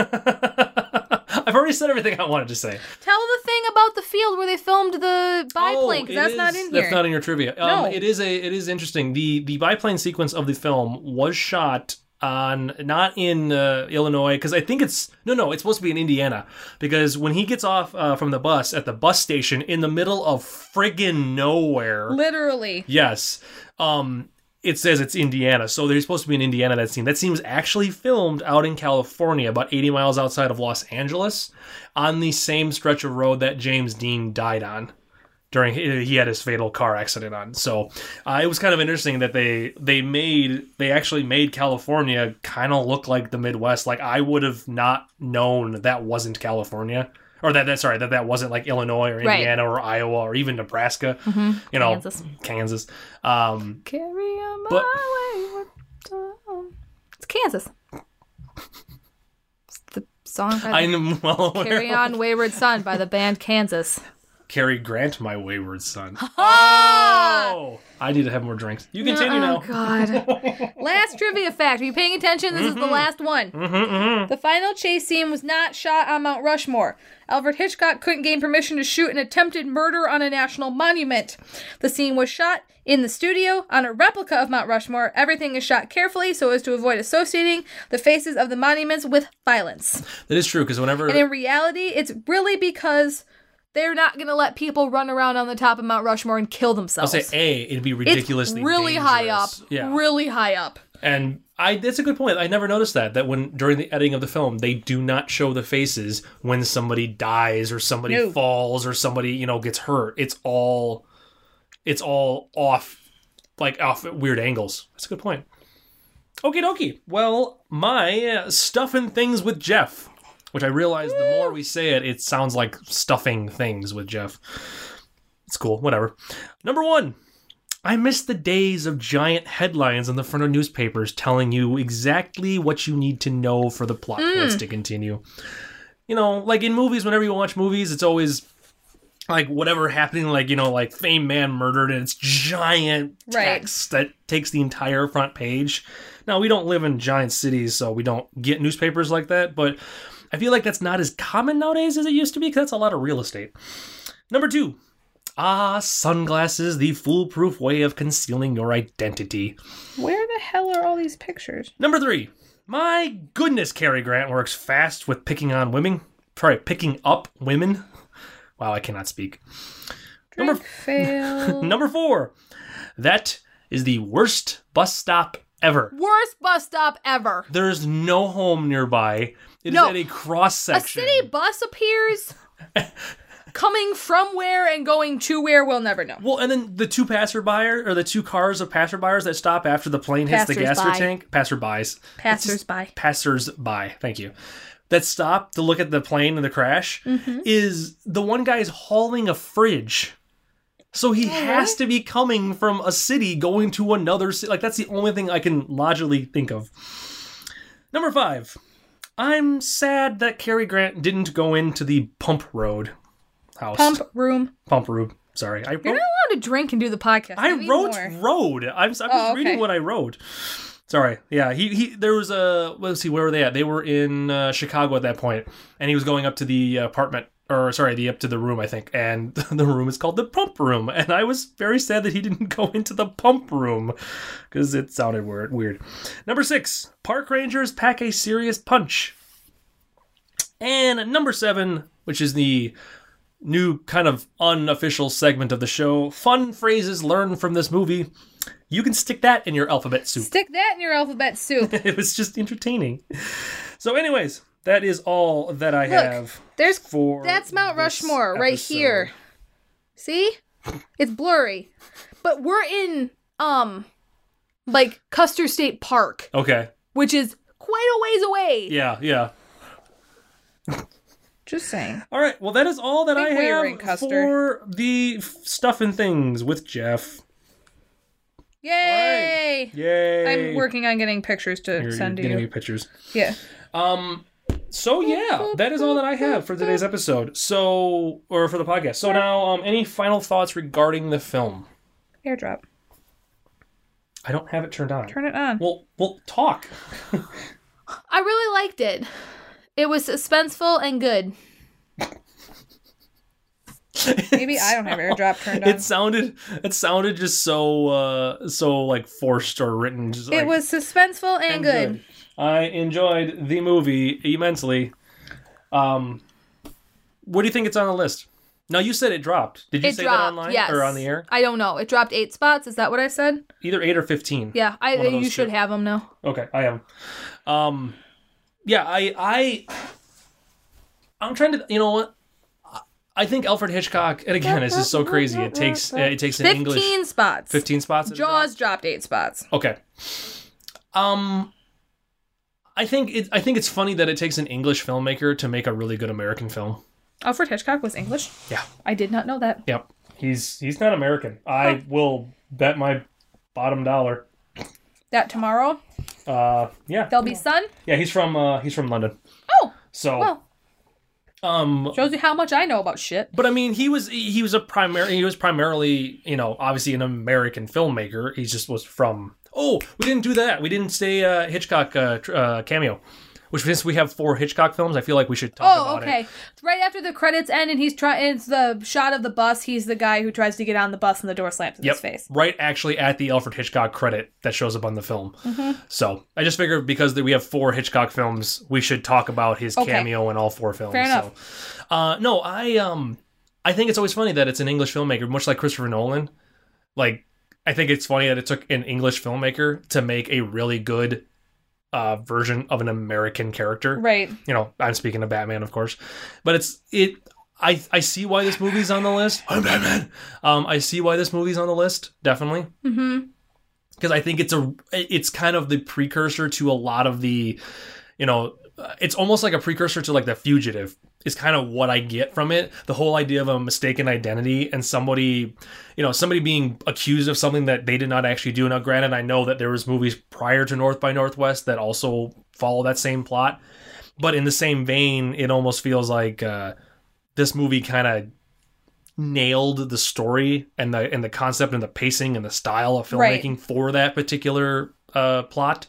D: I've already said everything I wanted to say.
C: Tell the thing about the field where they filmed the biplane.
D: Oh, it
C: because that's not
D: is-
C: in here.
D: That's not in your trivia. Um,
C: No.
D: it is a. It is interesting. the The biplane sequence of the film was shot on not in uh, Illinois because I think it's no, no. It's supposed to be in Indiana because when he gets off uh, from the bus at the bus station in the middle of friggin' nowhere,
C: Literally.
D: Yes. Um it says it's Indiana. So there's supposed to be an Indiana that scene. That scene was actually filmed out in California, about 80 miles outside of Los Angeles, on the same stretch of road that James Dean died on during he had his fatal car accident on. So uh, it was kind of interesting that they they made they actually made California kind of look like the Midwest. Like I would have not known that wasn't California. Or that, that sorry that that wasn't like Illinois or
C: Right. Mm-hmm.
D: Indiana or Iowa or even Nebraska, you know
C: Kansas.
D: Kansas. Um,
C: Carry on my
D: But-
C: wayward son. um, It's Kansas. It's the song. By the
D: I'm well aware.
C: Carry on, Wayward Son by the band Kansas.
D: Cary Grant, my wayward son.
C: Ah!
D: Oh, I need to have more drinks. You continue
C: oh,
D: now.
C: God. last trivia fact. Are you paying attention? This
D: Mm-hmm.
C: is the last one. The final chase scene was not shot on Mount Rushmore. Alfred Hitchcock couldn't gain permission to shoot an attempted murder on a national monument. The scene was shot in the studio on a replica of Mount Rushmore. Everything is shot carefully so as to avoid associating the faces of the monuments with violence.
D: That is true because whenever
C: And in reality, it's really because they're not going to let people run around on the top of Mount Rushmore and kill
D: I'll
C: themselves.
D: say A, it'd be
C: it's
D: ridiculously
C: really high up.
D: dangerous. Yeah,
C: Really high up.
D: and I that's a good point. I never noticed that that when during the editing of the film they do not show the faces when somebody dies or somebody
B: No.
D: falls or somebody you know gets hurt. It's all it's all off like off at weird angles. That's a good point. Okie dokie. Well, my uh, stuffing things with Jeff, which I realize the more we say it, it sounds like stuffing things with Jeff. It's cool. Whatever. Number one. I miss the days of giant headlines on the front of newspapers telling you exactly what you need to know for the plot points to continue. You know, like in movies, whenever you watch movies, it's always like whatever happening, like, you know, like fame man murdered, and it's giant
C: Right.
D: text that takes the entire front page. Now, we don't live in giant cities, so we don't get newspapers like that, but I feel like that's not as common nowadays as it used to be because that's a lot of real estate. Number two, ah, sunglasses, the foolproof way of concealing your identity.
C: Where the hell are all these pictures?
D: Number three, my goodness, Cary Grant works fast with picking on women. Sorry, picking up women. Wow, I cannot speak. Number-
C: Drink fail.
D: Number four, that is the worst bus stop ever.
C: Worst bus stop ever.
D: There is no home nearby. It is
C: No.
D: at a cross
C: A
D: section.
C: city bus appears coming from where and going to where we'll never know.
D: Well, and then the two passerby or the two cars of passerbyers that stop after the plane hits the gas
C: Passersby.
D: tank. Passerbys.
C: Passersby.
D: Passersby. Thank you. That stop to look at the plane and the crash
C: Mm-hmm.
D: is the one guy is hauling a fridge. So
C: Oh,
D: he has to be coming from a city going to another city. Like that's the only thing I can logically think of. Number five. I'm sad that Cary Grant didn't go into the pump road house.
C: Pump room.
D: pump road. Sorry. I
C: You're
D: wrote-
C: not allowed to drink and do the podcast.
D: I
C: We need
D: wrote
C: more.
D: road. I'm, I was
C: Oh, okay.
D: reading what I wrote. Sorry. Yeah. He, he there was a let's see where were they at? They were in uh, Chicago at that point, and he was going up to the apartment or sorry, the up to the room I think, and the room is called the pump room, and I was very sad that he didn't go into the pump room because it sounded weird. Weird. Number six, park rangers pack a serious punch, and number seven, which is the new kind of unofficial segment of the show fun phrases learned from this movie you can stick that in your alphabet soup
C: Stick that in your alphabet soup.
D: it was just entertaining so anyways that is all that i
C: Look,
D: have
C: There's
D: for
C: that's Mount
D: this
C: Rushmore right
D: episode.
C: here. See? It's blurry. But we're in um like Custer State Park,
D: okay
C: which is quite a ways away.
D: yeah yeah
C: Just saying.
D: all right well that is all that i,
C: I think we were in
D: have
C: Custer.
D: for the f- stuff and things with jeff
C: Yay!
D: yay
C: I'm working on getting pictures to
D: You're- you're
C: send to
D: getting
C: you.
D: me pictures
C: Yeah.
D: Um. So yeah, that is all that I have for today's episode. So, or for the podcast. So now, um, any final thoughts regarding the film?
C: Airdrop.
D: I don't have it turned on.
C: Turn it on.
D: Well, we'll talk.
C: I really liked it. It was suspenseful and good. Maybe I don't have airdrop turned on.
D: It sounded, it sounded just so, uh, so like forced or written. Just
C: it
D: like,
C: was suspenseful and, good.
D: I enjoyed the movie immensely. Um, what do you think it's on the list? Now you said it dropped. Did you
C: It
D: say
C: dropped.
D: that online
C: yes.
D: or on the air?
C: I don't know. It dropped eight spots. Is that what I said?
D: Either eight or fifteen.
C: Yeah. I
D: One of those
C: you should
D: two.
C: have them now.
D: Okay, I am. Um, yeah, I, I, I'm trying to. You know what? I- I think Alfred Hitchcock, and again, this is so crazy. It takes uh, it takes an
C: Fifteen
D: English
C: spots.
D: fifteen spots. at a drop?
C: Jaws dropped eight spots.
D: Okay. Um, I think it. I think it's funny that it takes an English filmmaker to make a really good American film.
C: Alfred Hitchcock was English.
D: Yeah.
C: I did not know that.
D: Yep. He's he's not American.
C: Oh.
D: I will bet my bottom dollar.
C: That tomorrow
D: Uh, yeah,
C: there'll be sun.
D: yeah. He's from uh, he's from London.
C: Oh,
D: So
C: well,
D: um,
C: shows you how much I know about shit.
D: But I mean, he was he was a primary he was primarily you know obviously an American filmmaker. He just was from. Oh, we didn't do that. We didn't say uh, Hitchcock uh, tr- uh, cameo, which since we have four Hitchcock films, I feel like we should talk
C: Oh,
D: about
C: okay.
D: it.
C: Right after the credits end, and he's trying. It's the shot of the bus. He's the guy who tries to get on the bus, and the door slams in
D: Yep.
C: his face.
D: Right, actually, at the Alfred Hitchcock credit that shows up on the film.
C: Mm-hmm.
D: So I just figured because that we have four Hitchcock films, we should talk about his
C: Okay.
D: cameo in all four films.
C: Fair
D: so, uh, no, I um, I think it's always funny that it's an English filmmaker, much like Christopher Nolan. Like, I think it's funny that it took an English filmmaker to make a really good uh, version of an American character
C: Right.
D: you know, I'm speaking of Batman, of course, but it's it. I I see why this movie's on the list. I'm Batman. Um, I see why this movie's on the list, definitely,
C: hmm
D: because I think it's a it's kind of the precursor to a lot of the, you know, uh, it's almost like a precursor to like the Fugitive. Is kind of what I get from it. The whole idea of a mistaken identity and somebody, you know, somebody being accused of something that they did not actually do. Now, granted, I know that there was movies prior to North by Northwest that also follow that same plot, but in the same vein, it almost feels like uh, this movie kind of nailed the story and the and the concept and the pacing and the style of
C: Right.
D: filmmaking for that particular uh, plot.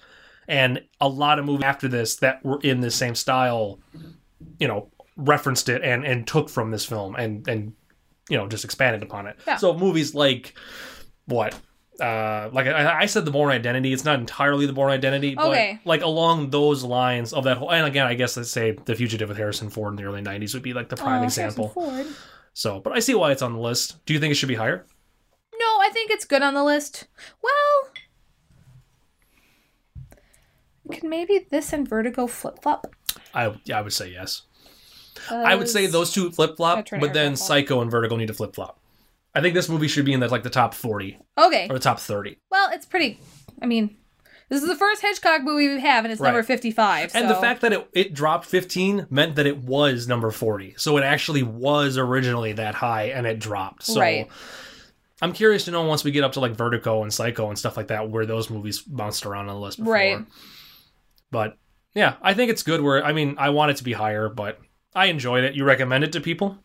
D: And a lot of movies after this that were in the same style you know referenced it and and took from this film and and you know just expanded upon it.
C: Yeah.
D: So movies like what uh like I, I said the Born Identity. It's not entirely the Born Identity,
C: Okay.
D: but like along those lines of that whole. And again, I guess let's say the Fugitive with Harrison Ford in the early '90s would be like the prime
C: Oh,
D: example.
C: Harrison Ford.
D: So, but I see why it's on the list. Do you think it should be higher?
C: No, I think it's good on the list. Well, can maybe this and Vertigo flip flop?
D: I yeah, I would say yes. I would say
C: Because-
D: those two flip flop,
C: Veteran
D: but then
C: Aircraft.
D: Psycho and Vertigo need to flip flop. I think this movie should be in the, like the top forty
C: Okay.
D: or the top thirty.
C: Well, it's pretty. I mean, this is the first Hitchcock movie we have, and it's
D: Right.
C: number fifty-five.
D: And the
C: so-
D: fact that it it dropped fifteen meant that it was number forty, so it actually was originally that high, and it dropped. So
C: Right.
D: I'm curious to know once we get up to like Vertigo and Psycho and stuff like that, where those movies bounced around on the list. Before.
C: Right.
D: But yeah, I think it's good. Where I mean, I want it to be higher, but I enjoyed it. You recommend it to people,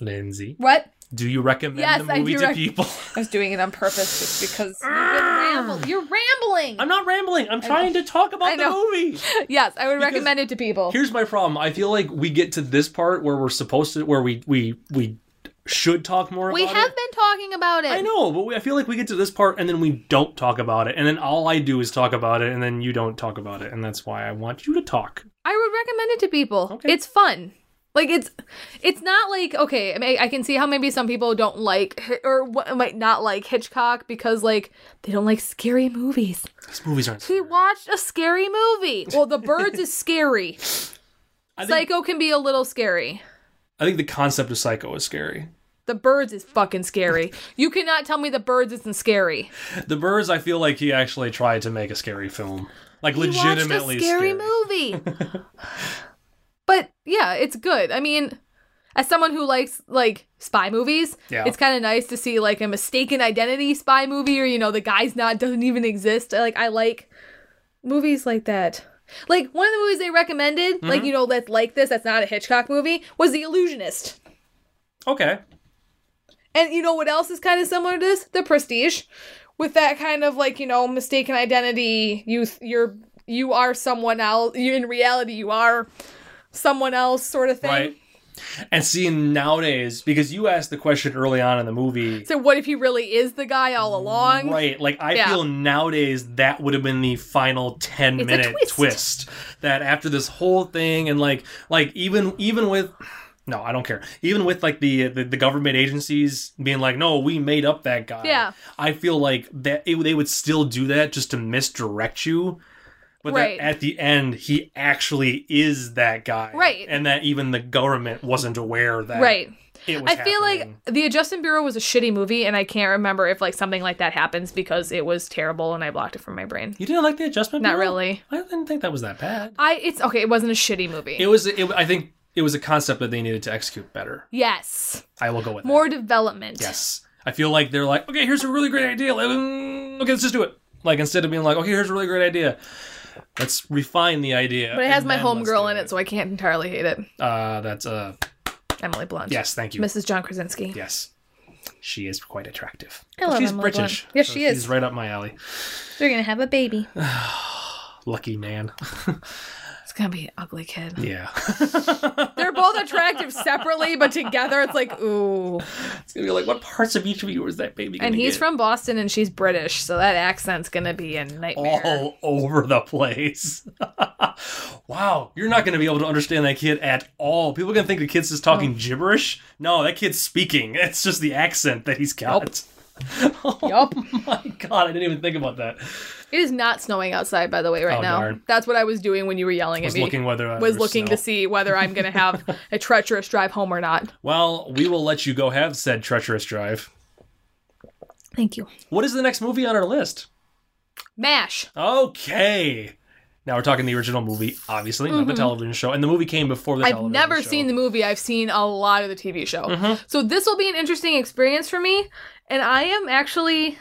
D: Lindsay?
C: what
D: Do you recommend
C: Yes,
D: the
C: I
D: movie
C: do
D: to
C: rec-
D: people?
C: I was doing it on purpose just because you've been ramble- you're rambling.
D: Ah! I'm not rambling. I'm trying to talk
C: I
D: about the
C: know.
D: movie.
C: yes, I would
D: Because-
C: recommend it to people.
D: Here's my problem. I feel like we get to this part where we're supposed to, where we we we should talk more
C: We
D: about
C: have
D: it.
C: been talking about it.
D: I know, but we, I feel like we get to this part and then we don't talk about it, and then all I do is talk about it, and then you don't talk about it, and that's why I want you to talk.
C: I would recommend it to people.
D: Okay.
C: It's fun. Like it's, it's not like okay. I, mean, I can see how maybe some people don't like Hi- or what, might not like Hitchcock because like they don't like scary movies.
D: These movies aren't.
C: We watched a scary movie. Well, The Birds is scary.
D: I think,
C: Psycho can be a little scary.
D: I think the concept of Psycho is scary.
C: The birds is fucking scary. You cannot tell me the birds isn't scary.
D: The Birds. I feel like he actually tried to make a scary film, like
C: He watched
D: legitimately
C: a scary, movie. but yeah, it's good. I mean, as someone who likes like spy movies,
D: Yeah.
C: it's kind of nice to see like a mistaken identity spy movie or you know the guy's not doesn't even exist. I, Like I like movies like that. Like one of the movies they recommended,
D: Mm-hmm.
C: like you know that's like this, that's not a Hitchcock movie, was The Illusionist.
D: Okay.
C: And you know what else is kind of similar to this? The Prestige, with that kind of like you know mistaken identity. You th- you're you are someone else. You in reality you are someone else sort of thing.
D: Right. And seeing nowadays, because you asked the question early on in the movie,
C: So what if he really is the guy all along?
D: right? Like I
C: Yeah.
D: feel nowadays that would have been the final ten
C: It's a
D: minute
C: twist.
D: twist. That after this whole thing and like like even even with. No, I don't care. Even with like the, the the government agencies being like, "No, we made up that guy."
C: Yeah.
D: I feel like that it, they would still do that just to misdirect you. But
C: Right.
D: that at the end, he actually is that guy,
C: Right.
D: And that even the government wasn't aware that
C: Right.
D: it was
C: I feel like
D: happening.
C: The Adjustment Bureau was a shitty movie, and I can't remember if like something like that happens because it was terrible and I blocked it from my brain.
D: you didn't like the adjustment.
C: Not
D: Bureau?
C: really.
D: I didn't think that was that bad.
C: I it's okay. It wasn't a shitty movie.
D: It was. It, I think it was a concept that they needed to execute better.
C: yes,
D: I will go with that.
C: more development.
D: Yes, I feel like they're like, okay, here's a really great idea. Like, mm, okay, let's just do it. Like instead of being like, okay, here's a really great idea. Let's refine the idea.
C: But it has my homegirl in
D: it.
C: it, so I can't entirely hate it.
D: Uh, that's uh,
C: Emily Blunt.
D: yes, thank you.
C: Mrs. John Krasinski.
D: Yes, she is quite attractive.
C: I love
D: she's
C: Emily Blunt.
D: British.
C: Yes,
D: so
C: she is.
D: She's right up my alley.
C: They're gonna have a baby.
D: Lucky Nan.
C: It's gonna be an ugly kid.
D: yeah,
C: They're both attractive separately, but together it's like ooh.
D: it's gonna be like, what parts of each of you is that baby? Gonna
C: And he's
D: get?
C: from Boston, and she's British, so that accent's gonna be a nightmare.
D: all over the place. wow, you're not going to be able to understand that kid at all. People are going to think the kid's just talking gibberish. No, that kid's speaking. It's just the accent that he's got.
C: Yup.
D: Oh my god, I didn't even think about that.
C: It is not snowing outside, by the way, right
D: Oh,
C: now.
D: darn.
C: That's what I was doing when you were yelling
D: Was
C: at me.
D: looking whether I
C: was looking to see whether I'm gonna have a treacherous drive home or not.
D: Well, we will let you go have said treacherous drive.
C: Thank you.
D: What is the next movie on our list?
C: Mash.
D: Okay. Now we're talking the original movie, obviously, not the television show. And the movie came before the
C: Mm-hmm. I've
D: television
C: never
D: show.
C: seen the Mm-hmm. movie. I've seen a lot of the TV show. So this will be an interesting experience for me. And I am actually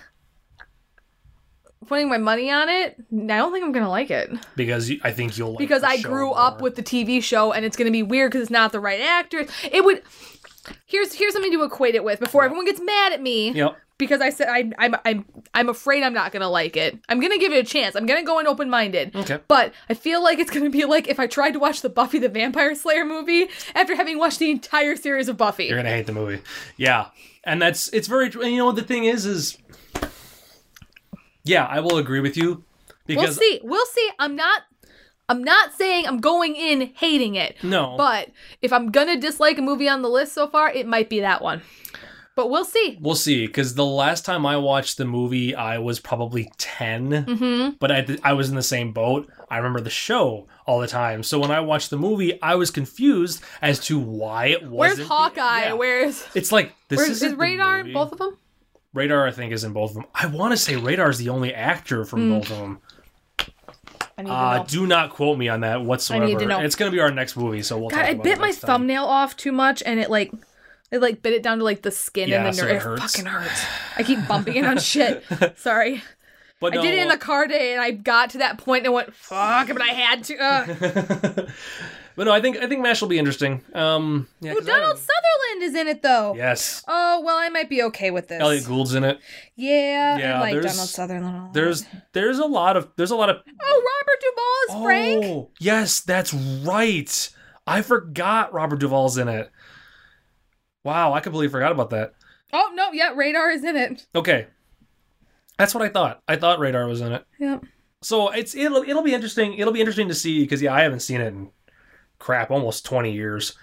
C: putting my money on it. I don't think I'm going to like it
D: because you- I think you'll like
C: because
D: the
C: I
D: show
C: grew up
D: more.
C: with the TV show and it's going to be weird because it's not the right actors. It would. Here's here's something to equate it with before everyone gets mad at me
D: Yep.
C: because I said I, I'm I'm I'm afraid I'm not gonna like it. I'm gonna give it a chance. I'm gonna go in open minded.
D: Okay.
C: But I feel like it's gonna be like if I tried to watch the Buffy the Vampire Slayer movie after having watched the entire series of Buffy.
D: You're gonna hate the movie. Yeah, and that's it's very. tr- And you know what the thing is is. Yeah, I will agree with you
C: we'll
D: because
C: see. We'll see. I'm not. I'm not saying I'm going in hating it.
D: no,
C: But if I'm gonna dislike a movie on the list so far, it might be that one. But we'll see.
D: we'll see. Because the last time I watched the movie, I was probably 10
C: Mm-hmm.
D: but I, I was in the same boat. I remember the show all the time. So when I watched the movie, I was confused as to why it wasn't.
C: Where's Hawkeye?
D: yeah.
C: Where's
D: It's like this
C: where's
D: isn't
C: is
D: the
C: Radar? in
D: movie.
C: Both of them.
D: Radar, I think, is in both of them. I want to say Radar is the only actor
C: Mm.
D: from both of them.
C: I need to
D: Uh,
C: know.
D: do not quote me on that whatsoever.
C: to know.
D: It's going to be our next movie, so we'll.
C: God,
D: talk
C: I
D: about
C: bit
D: it
C: my
D: next time.
C: thumbnail off too much, and it like, it like bit it down to like the skin
D: Yeah,
C: and the
D: so
C: nerve.
D: it hurts.
C: fucking hurts. I keep bumping it on shit. Sorry,
D: But
C: I did it in
D: no,
C: the car today, and I got to that point and went fuck, but I had to. Uh.
D: But no, I think I think Mash will be interesting. Um, yeah,
C: Ooh,
D: 'cause I-
C: oh, Donald Sutherland is in it though.
D: Yes,
C: Oh well, I might be okay with this.
D: Elliot Gould's in it.
C: Yeah,
D: Yeah,
C: I like
D: there's-
C: Donald Sutherland. a lot.
D: There's there's a lot of there's a lot of
C: oh Robert Duvall is Frank.
D: Oh, yes, that's right. I forgot Robert Duvall's in it. Wow, I completely forgot about that.
C: Oh no, yeah, Radar is in it.
D: Okay, that's what I thought. I thought Radar was in it.
C: Yep.
D: So it's it'll it'll be interesting. It'll be interesting to see because yeah, I haven't seen it in crap almost twenty years.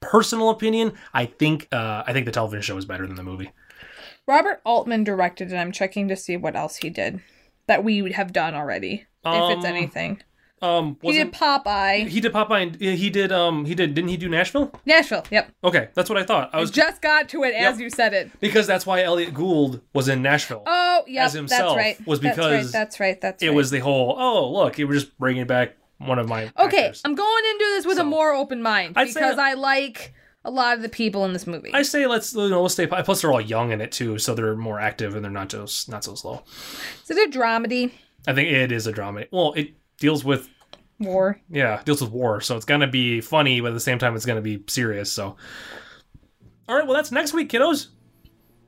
D: Personal opinion, I think uh, I think the television show is better than the movie.
C: Robert Altman directed, and I'm checking to see what else he did that we would have done already, if it's
D: Um,
C: anything.
D: Um,
C: He did
D: wasn't,
C: Popeye.
D: he did Popeye. And, yeah, he did um he did didn't he do Nashville?
C: Nashville. Yep.
D: Okay, that's what I thought. I
C: I
D: was
C: just got to it as
D: Yep.
C: you said it.
D: because that's why Elliot Gould was in Nashville.
C: Oh, yeah.
D: As himself
C: that's right.
D: was
C: That's right,
D: because
C: that's right. That's right.
D: it was the whole oh look it was just bringing back one of my
C: Okay,
D: actors.
C: I'm going into this with
D: So-
C: a more open mind
D: I'd say-
C: because I like a lot of the people in this movie.
D: i say let's you know let's stay plus they're all young in it too so they're more active and they're not just not so slow
C: Is it a dramedy?
D: i think it is a drama well it deals with
C: War.
D: yeah it deals with war so it's gonna be funny but at the same time it's gonna be serious so all right well that's next week kiddos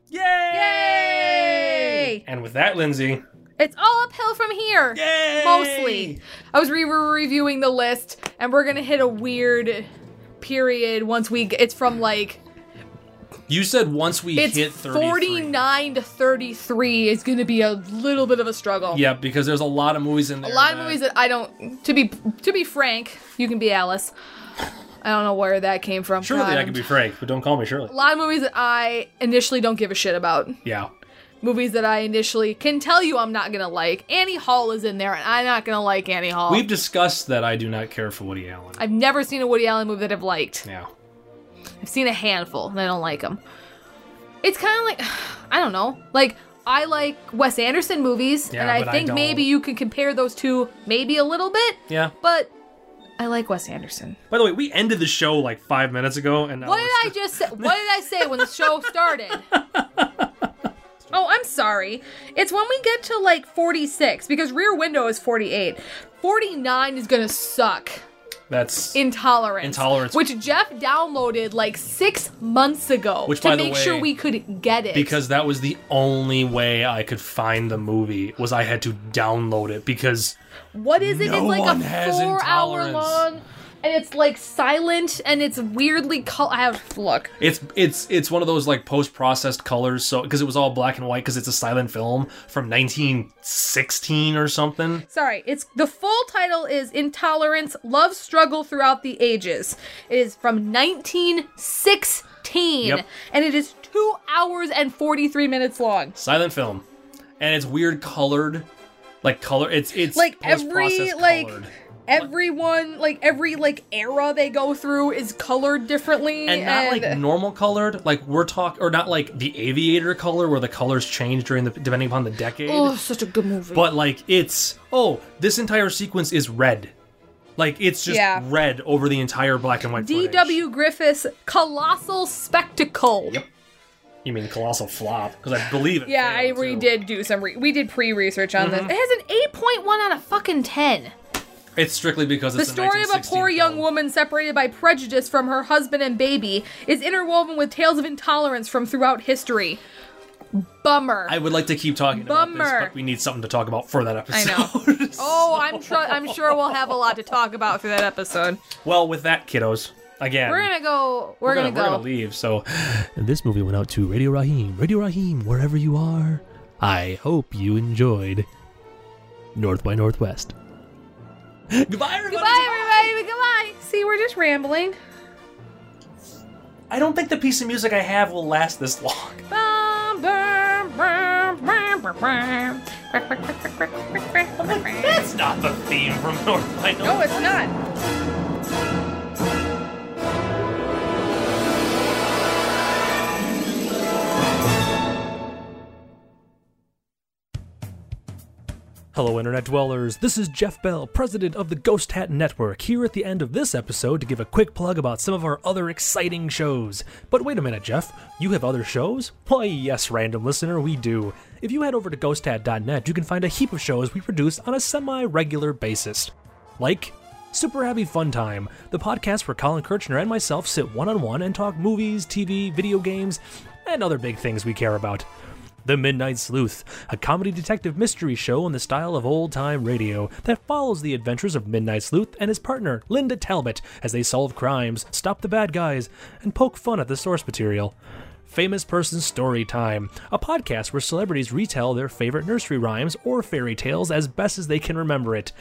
D: yay
C: Yay!
D: and with that lindsay
C: It's all uphill from here.
D: yay
C: Mostly. I was re- re- reviewing the list, and we're gonna hit a weird period once we. G- it's from like
D: you said once we hit
C: it's
D: 33.
C: 49 to 33 is gonna be a little bit of a struggle.
D: yeah because there's a lot of movies in there
C: A lot of
D: that-
C: movies that I don't. To be to be frank, you can be Alice. I don't know where that came from.
D: Surely
C: God,
D: I
C: I'm-
D: can be Frank, but don't call me Shirley.
C: A lot of movies that I initially don't give a shit about.
D: Yeah.
C: Movies that I initially can tell you I'm not gonna like. Annie Hall is in there, and I'm not gonna like Annie Hall.
D: We've discussed that I do not care for Woody Allen.
C: I've never seen a Woody Allen movie that I've liked.
D: yeah.
C: I've seen a handful, and I don't like them. It's kind of like, I don't know. Like, I like Wes Anderson movies,
D: Yeah,
C: and I
D: but I
C: think
D: don't.
C: maybe you can compare those two maybe a little bit,
D: Yeah.
C: but I like Wes Anderson.
D: By the way, we ended the show like five minutes ago, and now
C: What
D: we're
C: did I
D: still-
C: just say? What did I say when the show started? Oh, I'm sorry. It's when we get to like 46 because Rear Window is 48. 49 is gonna suck.
D: That's
C: Intolerance.
D: Intolerance.
C: Which Jeff downloaded like six months ago
D: Which,
C: to
D: by the
C: make sure
D: way,
C: we could get it.
D: because that was the only way I could find the movie was I had to download it because
C: what is it?
D: no
C: it's like
D: one
C: a
D: has
C: four hour
D: intolerance.
C: long, and it's like silent and it's weirdly col. I have look.
D: it's it's it's one of those like post processed colors. So because it was all black and white because it's a silent film from 1916 or something.
C: Sorry, it's the full title is Intolerance: Love Struggle Throughout the Ages. It is from 1916
D: Yep.
C: and it is 2 hours and 43 minutes long.
D: Silent film, and it's weird colored, like color. It's it's
C: Like every
D: post-processed
C: like
D: colored.
C: everyone like every like era they go through is colored differently
D: and not like normal colored like we're talk or not like the aviator color where the colors change during the depending upon the decade
C: Oh, such a good movie.
D: but like it's oh this entire sequence is red like it's just
C: Yeah.
D: red over the entire black and white footage.
C: D.W. Griffith's Colossal Spectacle.
D: Yep. you mean colossal flop because i believe it
C: Yeah, I
D: failed,
C: we
D: too. Mm-hmm.
C: did do some re- we did pre-research on this. It has an 8.1 out of fucking 10.
D: it's strictly because
C: The
D: it's
C: story of a poor
D: 1916
C: young
D: film.
C: woman separated by prejudice from her husband and baby is interwoven with tales of intolerance from throughout history. Bummer.
D: I would like to keep talking about
C: Bummer.
D: this, but we need something to talk about for that
C: I
D: episode.
C: know. oh, I'm tru- I'm sure we'll have a lot to talk about for that episode.
D: Well, with that, kiddos, again,
C: We're gonna go. We're, gonna,
D: we're
C: go.
D: gonna leave. So, and this movie went out to Radio Rahim. Radio Rahim, wherever you are, I hope you enjoyed North by Northwest. Goodbye, everybody.
C: Goodbye, everybody. Goodbye. See, we're just rambling.
D: I don't think the piece of music I have will last this long.
C: Bum, bum, bum, bum, bum, bum. Quack, quack, quack, quack, quack, quack, quack, quack, quack.
D: That's not the theme from North by
C: No,
D: Northwest.
C: it's not.
D: Hello, Internet Dwellers. This is Jeff Bell, president of the Ghost Hat Network, here at the end of this episode to give a quick plug about some of our other exciting shows. But wait a minute, Jeff. You have other shows? Why, yes, random listener, we do. If you head over to ghosthat.net, you can find a heap of shows we produce on a semi regular basis. Like Super Happy Fun Time, the podcast where Colin Kirchner and myself sit one on one and talk movies, TV, video games, and other big things we care about. The Midnight Sleuth, a comedy detective mystery show in the style of old time radio that follows the adventures of Midnight Sleuth and his partner, Linda Talbot, as they solve crimes, stop the bad guys, and poke fun at the source material. Famous Person Story Time, a podcast where celebrities retell their favorite nursery rhymes or fairy tales as best as they can remember it,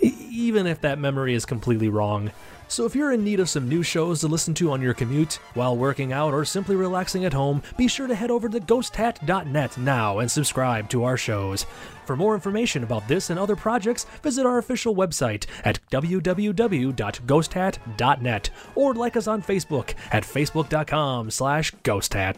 D: e- even if that memory is completely wrong. So if you're in need of some new shows to listen to on your commute, while working out, or simply relaxing at home, be sure to head over to ghosthat.net now and subscribe to our shows. For more information about this and other projects, visit our official website at www.ghosthat.net or like us on Facebook at facebook.com slash ghosthat.